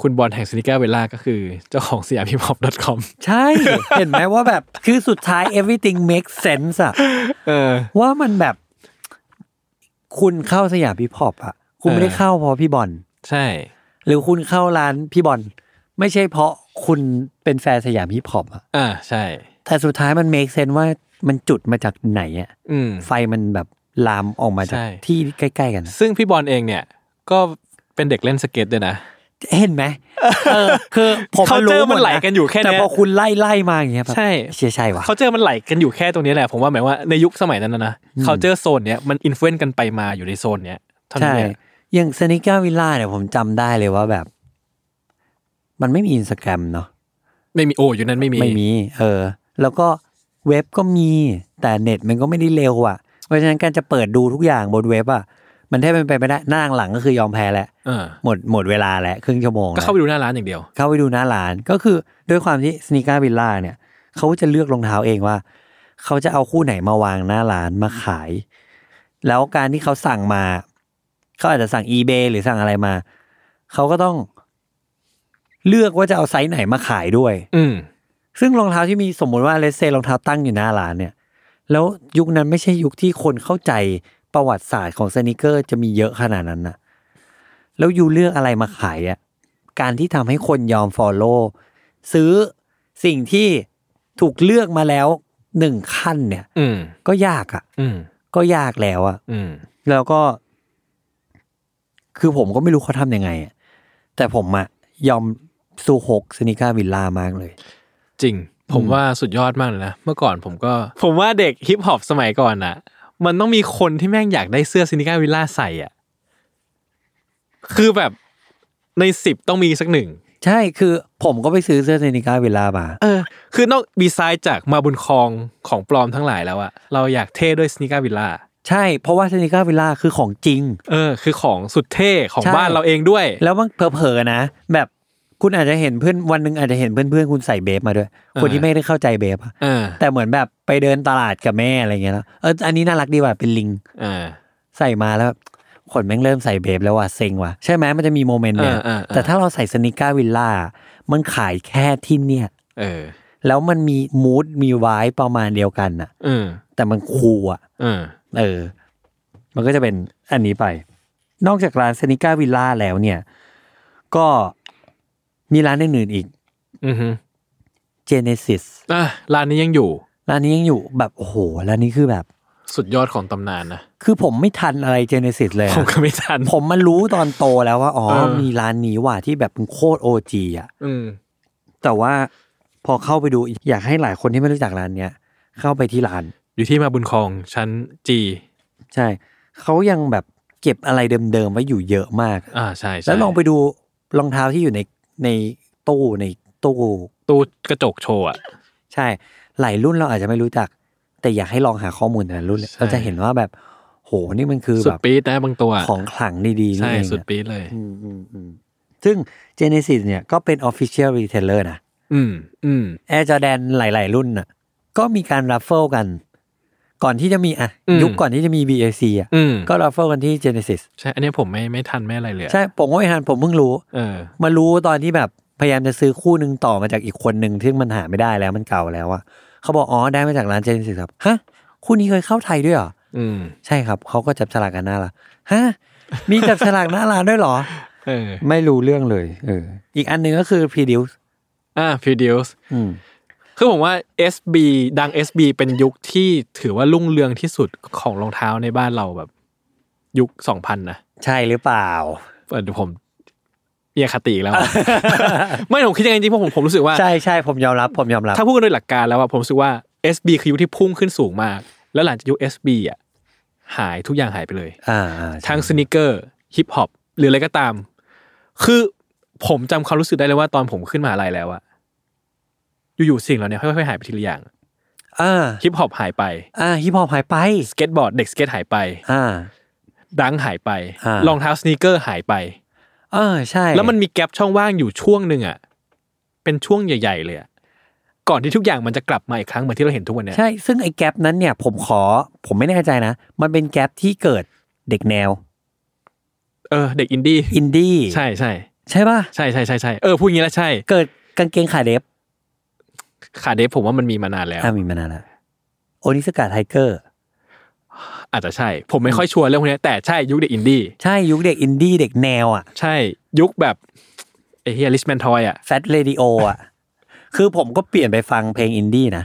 C: คุณบอลแห่งสนิเกอร์เวล่าก็คือเจ้าของสยามฮิปฮอป .com
B: ใช่ เห็นไหมว่าแบบคือสุดท้าย everything makes sense อะ
C: เออ
B: ว่ามันแบบคุณเข้าสยามพี่พอปอะคุณไม่ได้
C: เออ
B: เข้าเพราะพี่บอล
C: ใช่
B: หรือคุณเข้าร้านพี่บอลไม่ใช่เพราะคุณเป็นแฟนสยามพี่พอปอะ
C: อ่าใช่
B: แต่สุดท้ายมันเมคเซนว่ามันจุดมาจากไหนอะ
C: อืม
B: ไฟมันแบบลามออกมาจาก
C: ใช่
B: ที่ใกล้ๆกันอะ
C: ซึ่งพี่บอลเองเนี่ย ก็เป็นเด็กเล่นสเก็ตด้วยนะ
B: เห็นไหมเออ คือผมก็รู้
C: Culture มันไหลกันอยู่แค่เนี้ย
B: แต่พอคุณไล่ไล่มาอย่างเงี้ยแบบ
C: ใช่
B: เชี่ยใช่วะ
C: เขาเจอมันไหลกันอยู่แค่ตรงนี้แหละ ผมว่าหมายว่าในยุคสมัยนั้นนะนะเขาเจอโซนเนี้ยมันอินฟลูเอนซ์กันไปมาอยู่ในโซนเนี้ยเท่านั้
B: ใช่
C: นเอง
B: อย่างสนิก้าวิลล่าเนี่ยผมจำได้เลยว่าแบบ มันไม่มีอินสตาแกรมเนาะ
C: ไม่มีโอ้อยู่นั้นไม่มี
B: ไม่มี เออ แล้วก็เว็บก็มี แต่เน็ตมันก็ไม่ได้เร็วอ่ะ เพราะฉะนั้นการจะเปิดดูทุกอย่างบนเว็บอ่ะ มันแทบเป็นไปไม่ได้ หน้าหลังก็คือยอมแพ้แหละ
C: เออ
B: หมดหมดเวลาแล้ว ครึ่งชั่วโมง
C: ก็เข้าไปดูหน้าร้านอย่างเดียว
B: เข้าไปดูหน้าร้าน ก็คือด้วยความที่สนิก้าวิลล่าเนี่ย เขาจะเลือกรองเท้าเองว่า เขาจะเอาคู่ไหนมาวางหน้าร้านมาขาย แล้วการที่เขาสั่งมา เขาอาจจะสั่ง eBay หรือสั่งอะไรมา เขาก็ต้องเลือกว่าจะเอาไซส์ไหนมาขายด้วย
C: อืม
B: ซึ่งรองเท้าที่มีสมมุติว่าเลสเซรองเท้าตั้งอยู่หน้าร้านเนี่ย แล้วยุคนั้นไม่ใช่ยุคที่คนเข้าใจประวัติศาสตร์ของสนิเกอร์จะมีเยอะขนาดนั้นน่ะ แล้วยูเลือกอะไรมาขายอ่ะการที่ทำให้คนยอมฟอลโล่ซื้อสิ่งที่ถูกเลือกมาแล้วหนึ่งขั้นเนี่ย
C: อืม
B: ก็ยากอ่ะ
C: อืม
B: ก็ยากแล้วอ่ะ
C: อืม
B: แล้วก็ คือผมก็ไม่รู้เขาทำยังไงอะแต่ผมอะยอมซูฮกสนิก้าวิลล่ามากเลย
C: จริง ผมว่าสุดยอดมากเลยนะ เมื่อก่อนผมก็ ผมว่าเด็กฮิปฮอปสมัยก่อนอ่ะ มันต้องมีคนที่แม่งอยากได้เสื้อซินิก้าวิลล่าใส่อ่ะ คือแบบในสิบต้องมีสักหนึ่ง
B: ใช่คือผมก็ไปซื้อเสื้อสนิก้าวิลล่ามา
C: เออ คือนอกบีไซด์จากมาบุญคองของปลอมทั้งหลายแล้วอะเราอยากเท่ด้วยสนิก้าวิลล่า
B: ใช่ เพราะว่าสนิก้าวิลล่าคือของจริง
C: เออ คือของสุดเท่ของ
B: ใช่
C: บ้านเราเองด้วย
B: แล้วมันเผลอๆนะ แบบคุณอาจจะเห็นเพื่อนวันหนึ่งอาจจะเห็นเพื่อนๆคุณใส่เบฟมาด้วย คนที่ไม่ได้เข้าใจเบฟอะ
C: อ่า
B: แต่เหมือนแบบไปเดินตลาดกับแม่อะไรเงี้ยแล้วเอออันนี้น่ารักดีว่ะเป็นลิง
C: อ่า
B: ใส่มาแล้วแบบคนแม่งเริ่มใส่เบฟแล้วว่ะเซ็งว่ะใช่ไหมมันจะมีโมเมนต์เนี่ย
C: อ่าอ่าอ่า
B: แต่ถ้าเราใส่สนิก้าวิลล่า มันขายแค่ที่เนี่ย
C: เออ
B: แล้วมันมีมูดมีไวายประมาณเดียวกันน่ะ
C: เออ
B: แต่มันคูลอ่ะ
C: เออ
B: เออ มันก็จะเป็นอันนี้ไป นอกจากร้านสนิก้าวิลล่าแล้วเนี่ย ก็มีร้านอื่นๆอีก
C: อือฮึ
B: Genesis
C: อ่ะร้านนี้ยังอยู่
B: ร้านนี้ยังอยู่แบบโอ้โหร้านนี้คือแบบ
C: สุดยอดของตำนานนะ
B: คือผมไม่ทันอะไร Genesis เลย
C: ผม
B: อะ
C: ก็ไม่ทัน
B: ผมมันรู้ตอนโตแล้วว่า อ๋อ
C: เออ
B: มีร้านนี้ว่ะที่แบบเป็นโคตรโอจีอ่ะ
C: อืม
B: แต่ว่าพอเข้าไปดูอยากให้หลายคนที่ไม่รู้จักร้านเนี้ยเข้าไปที่ร้าน
C: อยู่ที่มาบุญคองชั้นจี
B: ใช่ เขายังแบบเก็บอะไรเดิมๆไว้อยู่เยอะมาก
C: อ่าใช่ใช่
B: แล้วลองไปดูรองเท้าที่อยู่ในในตู้ในตู้
C: ตู้กระจกโชว์อ่ะ
B: ใช่ หลายรุ่นเราอาจจะไม่รู้จัก แต่อยากให้ลองหาข้อมูลแต่ละรุ่นเลย
C: ใช่
B: เราจะเห็นว่าแบบ โห นี่มันคือ
C: สุ
B: แบ
C: ด
B: บ
C: ปี๊ดนะบางตัว
B: ของขลังดีๆนี่
C: ใช่
B: เอง
C: สุด
B: อะ
C: ปี๊ดเลย
B: อืมอืมอืมซึ่ง Genesis เนี่ยก็เป็น Official Retailer นะ
C: อืม อืม
B: แอร์จอแดนหลาย ๆ รุ่นน่ะ ก็มีการรัฟเฟิลกัน ก่อนที่จะมีอ่ะ
C: อืม
B: ยุคก่อนที่จะมี BAC อ่ะ
C: อืม
B: ก็รัฟเฟิลกันที่ Genesis
C: ใช่อันเนี้ยผมไม่ไม่ทันไม่อะไรเลยอะ
B: ใช่ ผมก็ไม่ทันผมเพิ่งรู้
C: เออ
B: มารู้ตอนที่แบบ พยายามจะซื้อคู่หนึ่งต่อมาจากอีกคนหนึ่งที่มันหาไม่ได้แล้วมันเก่าแล้วอ่ะเขาบอก อ๋อ ได้มาจากร้าน Genesis ครับ ฮะ คู่นี้เคยเข้าไทยด้วยเหรอ
C: อืม
B: ใช่ครับ เขาก็จับฉลากกันหน้าละฮะ มีจับฉลากหน้าร้านด้วยเหรอ
C: เออ
B: ไม่รู้เรื่องเลย เออ อีกอันหนึ่งก็คือ p r e d u c e
C: อ่าฟิวดิวส์
B: อืม
C: คือผมว่า SB ดัง SB เป็นยุคที่ถือว่ารุ่งเรืองที่สุดของรองเท้าในบ้านเราแบบ ยุคสองพันนะ
B: ใช่หรือเปล่า
C: เออเดี๋ยวผมเอียคติอีกแล้วอะ ไม่ผมคิดยังไงจริงๆเพราะผมผมรู้สึกว่า
B: ใช่ใช่ผมยอมรับ ผมยอมรับ
C: ถ้าพูดกันโดยหลักการแล้วอะผมรู้สึกว่า SB คือยุคที่พุ่งขึ้นสูงมาก แล้วหลังจากยุค SB อ่ะหายทุกอย่างหายไปเลย
B: อ่า
C: ทั้งสนิเกอร์ฮิปฮอปหรืออะไรก็ตาม คือผมจำความรู้สึกได้เลยว่าตอนผมขึ้นมหาลัยแล้วอะอยู่ๆสิ่งเหล่านี้ค่อยๆหายไปทีละอย่าง
B: อ่า
C: ฮิปฮอปหายไป
B: อ่าฮิปฮอปหายไป
C: สเก็ตบอร์ดเด็กสเก็ตหายไป
B: อ่า
C: ดังหายไป
B: อ่าร
C: รองเท้าสนิเกอร์หายไป
B: เออใช่
C: แล้วมันมีแกลบช่องว่างอยู่ช่วงหนึ่งอะเป็นช่วงใหญ่ ๆ เลยอะก่อนที่ทุกอย่างมันจะกลับมาอีกครั้งเหมือนที่เราเห็นทุกวันเนี้ย
B: ใช่ ซึ่งไอ้แกลบนั้นเนี่ย ผมขอ ผมไม่แน่ใจนะ มันเป็นแกลบที่เกิดเด็กแนว
C: เออเด็กอินดี้
B: อินดี้
C: ใช่ใช่
B: ใช่ป่ะ
C: ใช่ใช่ใช่ใช่เออพูดอย่างนี้แล้วใช่
B: เกิดกางเกงขาเดฟ
C: ขาเดฟผมว่ามันมีมานานแล้ว
B: อ่ามีมานานละโอนิสกาไทเกอร์
C: อาจจะใช่ ผมไม่ค่อยชัวร์เรื่องพวกเนี้ยแต่ใช่ยุคเด็กอินดี้
B: ใช่ยุคเด็กอินดี้เด็กแนวอ่ะ
C: ใช่ยุคแบบไอเฮียลิสแมนทอยอะ
B: แฟ t เรดิโออ่ะ คือผมก็เปลี่ยนไปฟังเพลงอินดี้นะ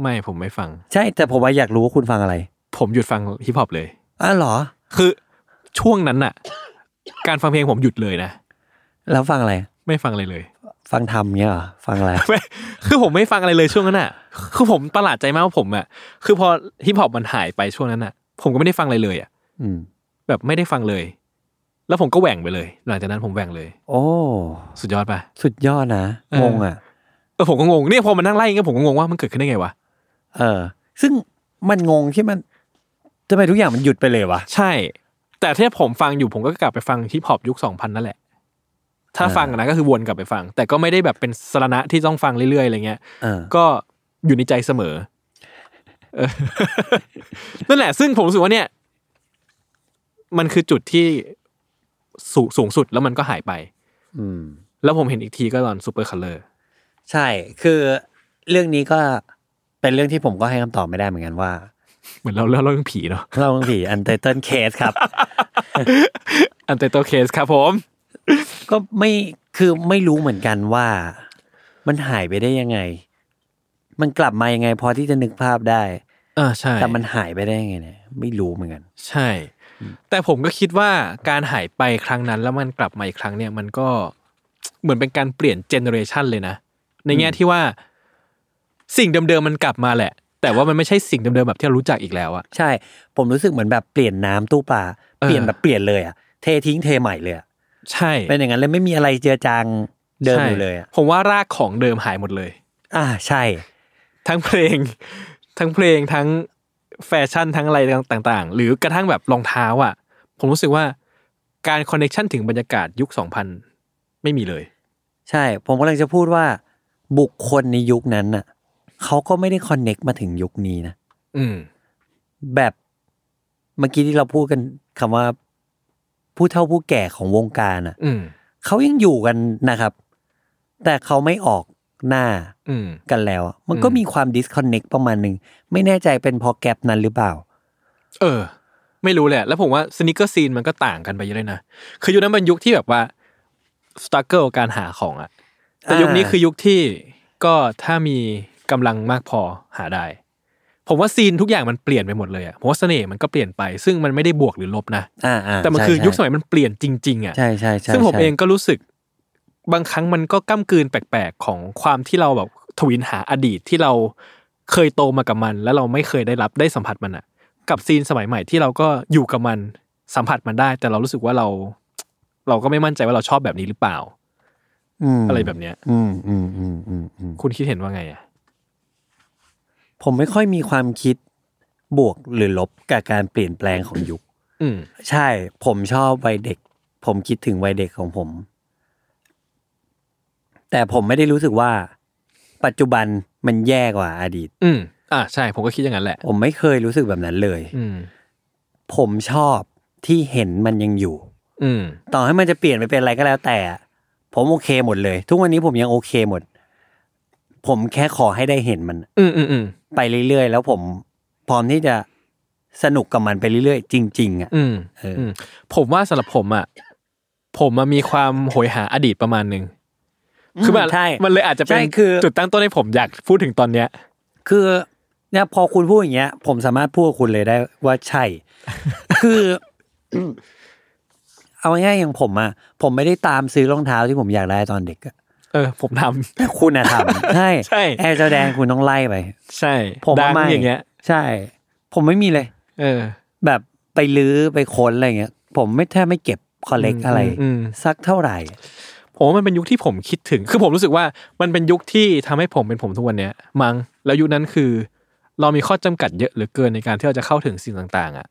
C: ไม่ผมไม่ฟัง
B: ใช่แต่ผมว่าอยากรู้ว่าคุณฟังอะไร
C: ผมหยุดฟังฮิปฮอปเลย
B: อ่ะเหรอ
C: คือช่วงนั้นน่ะ การฟังเพลงผมหยุดเลยนะ
B: แล้วฟังอะไร
C: ไม่ฟังอะไรเลย
B: ฟังทำเงี้ยเหรอฟังอะไร
C: ไม่คือผมไม่ฟังอะไรเลยช่วงนั้นอ่ะ คือผมประหลาดใจมากว่าผมอ่ะ คือพอฮิปฮอปมันหายไปช่วงนั้นอ่ะ ผมก็ไม่ได้ฟังอะไรเลยอ่ะ
B: อืม
C: แบบไม่ได้ฟังเลย แล้วผมก็แหว่งไปเลย หลังจากนั้นผมแหว่งเลย
B: โอ้
C: สุดยอดปะ
B: สุดยอดนะ
C: เออ
B: งงอ่ะ
C: เออผมก็งง เนี่ยพอมานั่งไล่เงี้ยผมก็งงว่ามันเกิดขึ้นได้ไงวะ
B: เออ ซึ่งมันงงที่มันทำไมทุกอย่างมันหยุดไปเลยวะ
C: ใช่ แต่ที่ผมฟังอยู่ผมก็กลับไปฟังฮิปฮอปยุคสองพันนั่นแหละ ถ้า
B: อ่า
C: ฟังนะก็คือวนกลับไปฟัง แต่ก็ไม่ได้แบบเป็นสรณะที่ต้องฟังเรื่อยๆอะไรเงี้ย
B: เออ
C: ก็อยู่ในใจเสมอเอ อ นั่นแหละ ซึ่งผมรู้สึกว่าเนี่ย มันคือจุดที่สูงสูงสุดแล้วมันก็หายไป
B: อืม
C: แล้วผมเห็นอีกทีก็ตอนซูเปอร์คัลเลอร์
B: ใช่ คือเรื่องนี้ก็เป็นเรื่องที่ผมก็ให้คำตอบไม่ได้เหมือนกันว่า
C: เหมือนเราเล่าเรื่องผีเนาะ
B: เราเรื่องผีอันเตอร์เคสครับ
C: อันเตโตเคสครับผม
B: ก็ไม่คือไม่รู้เหมือนกันว่า มันหายไปได้ยังไง มันกลับมายังไง พอที่จะนึกภาพได้
C: อ่าใช่
B: แต่มันหายไปได้ยังไงเนี่ยไม่รู้เหมือนกัน
C: ใช่ แต่ผมก็คิดว่าการหายไปครั้งนั้นแล้วมันกลับมาอีกครั้งเนี่ย มันก็เหมือนเป็นการเปลี่ยนเจเนอเรชันเลยนะ ในแง่ที่ว่า สิ่งเดิมๆมันกลับมาแหละ แต่ว่ามันไม่ใช่สิ่งเดิมๆแบบที่เรารู้จักอีกแล้วอะ
B: ใช่ ผมรู้สึกเหมือนแบบเปลี่ยนน้ำตู้ปลา
C: เออ
B: เปลี่ยนแบบเปลี่ยนเลยอะเททิ้งเทใหม่เลยอะ
C: ใช่
B: เป็นอย่างนั้นเลยไม่มีอะไรเจือจางเดิมอยู่เลยอะ
C: ใช่ผมว่ารากของเดิมหายหมดเลย
B: อ่าใช่
C: ทั้งเพลง ทั้งเพลงทั้งแฟชั่นทั้งอะไรต่างๆ หรือกระทั่งแบบรองเท้าอ่ะ ผมรู้สึกว่าการคอนเนคชันถึงบรรยากาศยุค 2000 ไม่มีเลย
B: ใช่ ผมกำลังจะพูดว่า บุคคลในยุคนั้นน่ะเขาก็ไม่ได้คอนเน็กมาถึงยุคนี้นะ
C: อืม
B: แบบเมื่อกี้ที่เราพูดกันคำว่า ผู้เฒ่าผู้แก่ของวงการอ่ะ
C: อืม
B: เขายังอยู่กันนะครับ แต่เขาไม่ออกหน้า
C: อืม
B: กันแล้วอะมันก็
C: อืม
B: มีความดิสคอนเน็กประมาณหนึ่งไม่แน่ใจเป็นเพอแกลบนั้นหรือเปล่า
C: เออ ไม่รู้แหละ แล้วผมว่าสนิเกอร์ซีนมันก็ต่างกันไปเยอะเลยนะ คือยุคนั้นเป็นยุคที่แบบว่าสตาร์เกิลการหาของอะแต่
B: อ่ายุ
C: ยุคนี้คือยุคที่ก็ถ้ามีกำลังมากพอหาได้ ผมว่าซีนทุกอย่างมันเปลี่ยนไปหมดเลยอะผมว่าเสน่ห์มันก็เปลี่ยนไป ซึ่งมันไม่ได้บวกหรือลบนะ
B: อ่าอ่า
C: แต่มัน
B: ใช่
C: คือ
B: ใช่
C: ยุคสมัยมันเปลี่ยนจริง ๆอ่ะ
B: ใช่ใช่ใช่
C: ซึ่งผม
B: ใช่
C: เองก็รู้สึก บางครั้งมันก็ก้ากลืนแปลกๆ ของความที่เราแบบทวินหาอดีตที่เราเคยโตมากับมัน แล้วเราไม่เคยได้รับได้สัมผัสมันอ่ะ กับซีนสมัยใหม่ที่เราก็อยู่กับมันสัมผัสมันได้ แต่เรารู้สึกว่าเรา เราก็ไม่มั่นใจว่าเราชอบแบบนี้หรือเปล่า
B: ม
C: อะไรแบบเนี้ย
B: อืมอืมอืมอืมอืม
C: คุณคิดเห็นว่าไงอ่ะ
B: ผมไม่ค่อยมีความคิดบวกหรือลบกับการเปลี่ยนแปลงของยุค
C: อืม
B: ใช่ ผมชอบวัยเด็ก ผมคิดถึงวัยเด็กของผม แต่ผมไม่ได้รู้สึกว่า ปัจจุบันมันแย่กว่าอดีต
C: อืม อ่าใช่ ผมก็คิดอย่างนั้นแหละ
B: ผมไม่เคยรู้สึกแบบนั้นเลย
C: อืม
B: ผมชอบที่เห็นมันยังอยู่
C: อืม
B: ต่อให้มันจะเปลี่ยนไปเป็นอะไรก็แล้วแต่ ผมโอเคหมดเลย ทุกวันนี้ผมยังโอเคหมด ผมแค่ขอให้ได้เห็นมัน
C: อืมอืมอืม
B: ไปเรื่อยๆ แล้วผมพร้อมที่จะสนุกกับมันไปเรื่อยๆ จริง ๆ อ่ะ
C: อืม
B: เออ
C: อืมผมว่าสำหรับผมอ่ะผมมันมีความโหยหาอดีตประมาณหนึ่งคือมัน
B: ใช่
C: มันเลยอาจจะเป็น
B: ใช่คือ
C: จุดตั้งต้นให้ผมอยากพูดถึงตอนเนี้ย
B: คือเนี่ยพอคุณพูดอย่างเงี้ย ผมสามารถพูดกับคุณเลยได้ว่าใช่ คือ เอาง่ายๆอย่างผมอะผมไม่ได้ตามซื้อรองเท้าที่ผมอยากได้ตอนเด็กอะ
C: เออ ผมทำ
B: แต่คุณอะท ำ ใช่
C: ใช่
B: แอร์จอแดนคุณต้องไล่ไป
C: ใช่
B: ผม
C: ดั
B: อะ
C: ง
B: ไม่
C: อย่างเงี้ย
B: ใช่ ผมไม่มีเลย
C: เออ
B: แบบไปลื้อไปค้นอะไรเงี้ย ผมไม่แทบไม่เก็บคอลเลก
C: อืม
B: อะไร
C: อืม
B: สักเท่าไหร่
C: ผมว่ามันเป็นยุคที่ผมคิดถึง คือผมรู้สึกว่ามันเป็นยุคที่ทำให้ผมเป็นผมทุกวันเนี้ยมัง้งแล้วยุคนั้นคือ เรามีข้อจำกัดเยอะเหลือเกินในการที่เราจะเข้าถึงสิ่งต่างๆ อ่ะ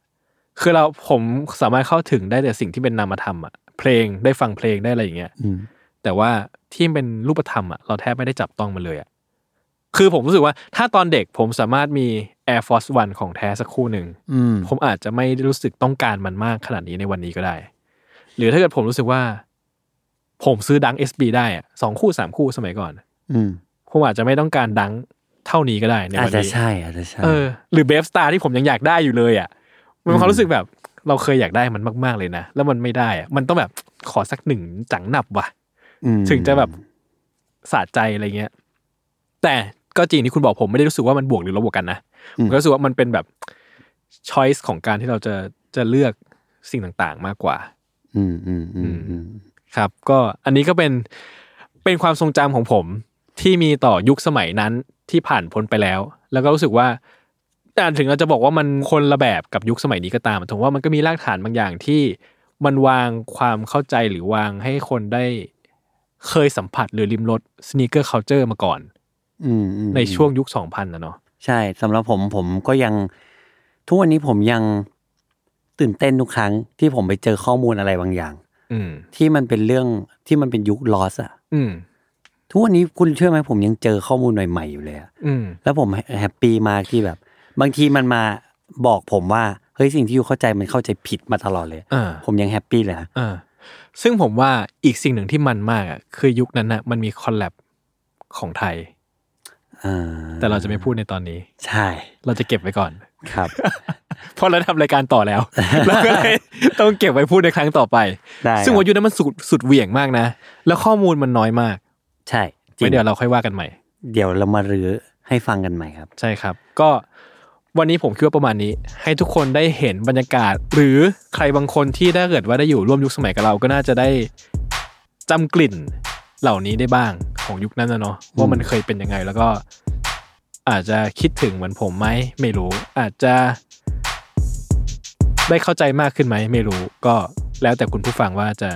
C: คือเราผมสามารถเข้าถึงได้แต่สิ่งที่เป็นนามธรรมอ่ะเพลงได้ฟังเพลงได้อะไรอย่างเงี้ย
B: อืม
C: แต่ว่าที่เป็นรูปธรรมอ่ะเราแทบไม่ได้จับต้องมันเลยอ่ะ คือผมรู้สึกว่าถ้าตอนเด็กผมสามารถมี Air Force One ของแท้สักคู่หนึ่ง
B: อืม
C: ผมอาจจะไม่รู้สึกต้องการมันมากขนาดนี้ในวันนี้ก็ได้ หรือถ้าเกิดผมรู้สึกว่า ผมซื้อดัง SB ได้อะสองคู่สามคู่สมัยก่อน
B: อืม
C: ผมอาจจะไม่ต้องการดังเท่านี้ก็ได้ใน
B: อาจ
C: วัน
B: จะ
C: นี้
B: ใช่อาจจะใช่
C: เออ หรือเบฟสตาร์ที่ผมยังอยากได้อยู่เลยอ่ะ มันมีความรู้สึกแบบเราเคยอยากได้มันมากๆเลยนะ แล้วมันไม่ได้อะมันต้องแบบขอสักหนึ่งจังหนับว่ะ
B: ม
C: ถึงจะแบบสะใจอะไรเงี้ย แต่ก็จริงที่คุณบอกผมไม่ได้รู้สึกว่ามันบวกหรือลบบวกกันนะ
B: อื
C: ผม มก็รู้สึกว่ามันเป็นแบบช้อยส์ของการที่เราจะจะเลือกสิ่งต่างๆมากกว่า
B: อืมอืมอืมอืม
C: ครับ ก็อันนี้ก็เป็นเป็นความทรงจำของผมที่มีต่อยุคสมัยนั้นที่ผ่านพ้นไปแล้ว แล้วก็รู้สึกว่าแต่ถึงเราจะบอกว่ามันคนละแบบกับยุคสมัยนี้ก็ตามแต่ผมว่ามันก็มีรากฐานบางอย่างที่มันวางความเข้าใจหรือวางให้คนได้เคยสัมผัสหรือริมรสสเนคเกอร์เคาน์เตอร์มาก่อน
B: อืมอืม
C: ในช่วงยุค 2000นะเนาะ
B: ใช่สำหรับผมผมก็ยัง ทุกวันนี้ผมยังตื่นเต้นทุกครั้งที่ผมไปเจอข้อมูลอะไรบางอย่าง
C: อืม
B: ที่มันเป็นเรื่องที่มันเป็นยุคลอสอะ
C: อืม
B: ทุกวันนี้คุณเชื่อไหมผมยังเจอข้อมูลใหม่ๆอยู่เลยอะ
C: อืม
B: แล้วผมแฮปปี้มากที่แบบ บางทีมันมาบอกผมว่าเฮ้ยสิ่งที่อยู่เข้าใจมันเข้าใจผิดมาตลอดเลย
C: อ่า
B: ผมยังแฮปปี้เลยอะ
C: อ่าซึ่งผมว่าอีกสิ่งหนึ่งที่มันมากอ่ะคือยุคนั้นน่ะมันมีคอลแลบของไทย
B: อ่า
C: แต่เราจะไม่พูดในตอนนี้
B: ใช่
C: เราจะเก็บไว้ก่อน
B: ครับ
C: เพราะเราทำรายการต่อ แล้ว เราก็เลยต้องเก็บไว้พูดในครั้งต่อไป
B: ได้
C: ซึ่ง
B: ครั
C: วา
B: บ
C: ยุนั้นมันสุดสุดเหวี่ยงมากนะ แล้วข้อมูลมันน้อยมาก
B: ใช่จริ
C: ไว้
B: ง
C: เดี๋ยวเราค่อยว่ากันใหม่
B: เดี๋ยวเรามารื้อให้ฟังกันใหม่ครับ
C: ใช่ครับ ก็วันนี้ผมคิดว่าประมาณนี้ ให้ทุกคนได้เห็นบรรยากาศ หรือใครบางคนที่ถ้าเกิดว่าได้อยู่ร่วมยุคสมัยกับเราก็น่าจะได้จำกลิ่นเหล่านี้ได้บ้างของยุคนั้นนะเนาะว่ามันเคยเป็นยังไง แล้วก็อาจจะคิดถึงเหมือนผมไหมไม่รู้ อาจจะ ได้เข้าใจมากขึ้นไหมไม่รู้ ก็แล้วแต่คุณผู้ฟังว่าจะ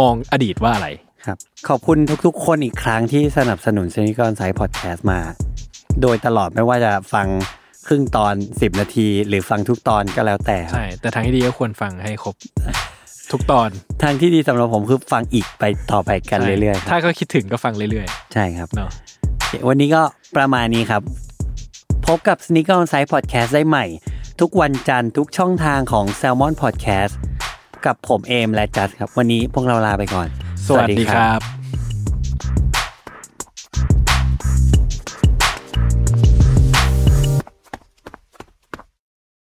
C: มองอดีตว่าอะไร
B: ครับขอบคุณทุกๆ คนอีกครั้งที่สนับสนุนเซนิกรสายพอดแคสต์มา โดยตลอดไม่ว่าจะฟังครึ่งตอน 10 นาที หรือฟังทุกตอนก็แล้วแต่ครับ
C: ใช่ แต่ทางที่ดีก็ควรฟังให้ครบทุกตอน
B: ทางที่ดีสำหรับผมคือฟังอีกไปต่อไปกันเรื่อยๆค
C: ถ้า
B: รับ
C: ก็คิดถึงก็ฟังเรื่อยๆ
B: ใช่ครับ
C: เนาะ
B: วันนี้ก็ประมาณนี้ครับ พบกับ s n e a k e r on Site Podcast ได้ใหม่ ทุกวันจันทร์ทุกช่องทางของ Salmon Podcast กับผมเอมและจัสครับ วันนี้พวกเราลาไปก่อน
C: สวัสดีครับ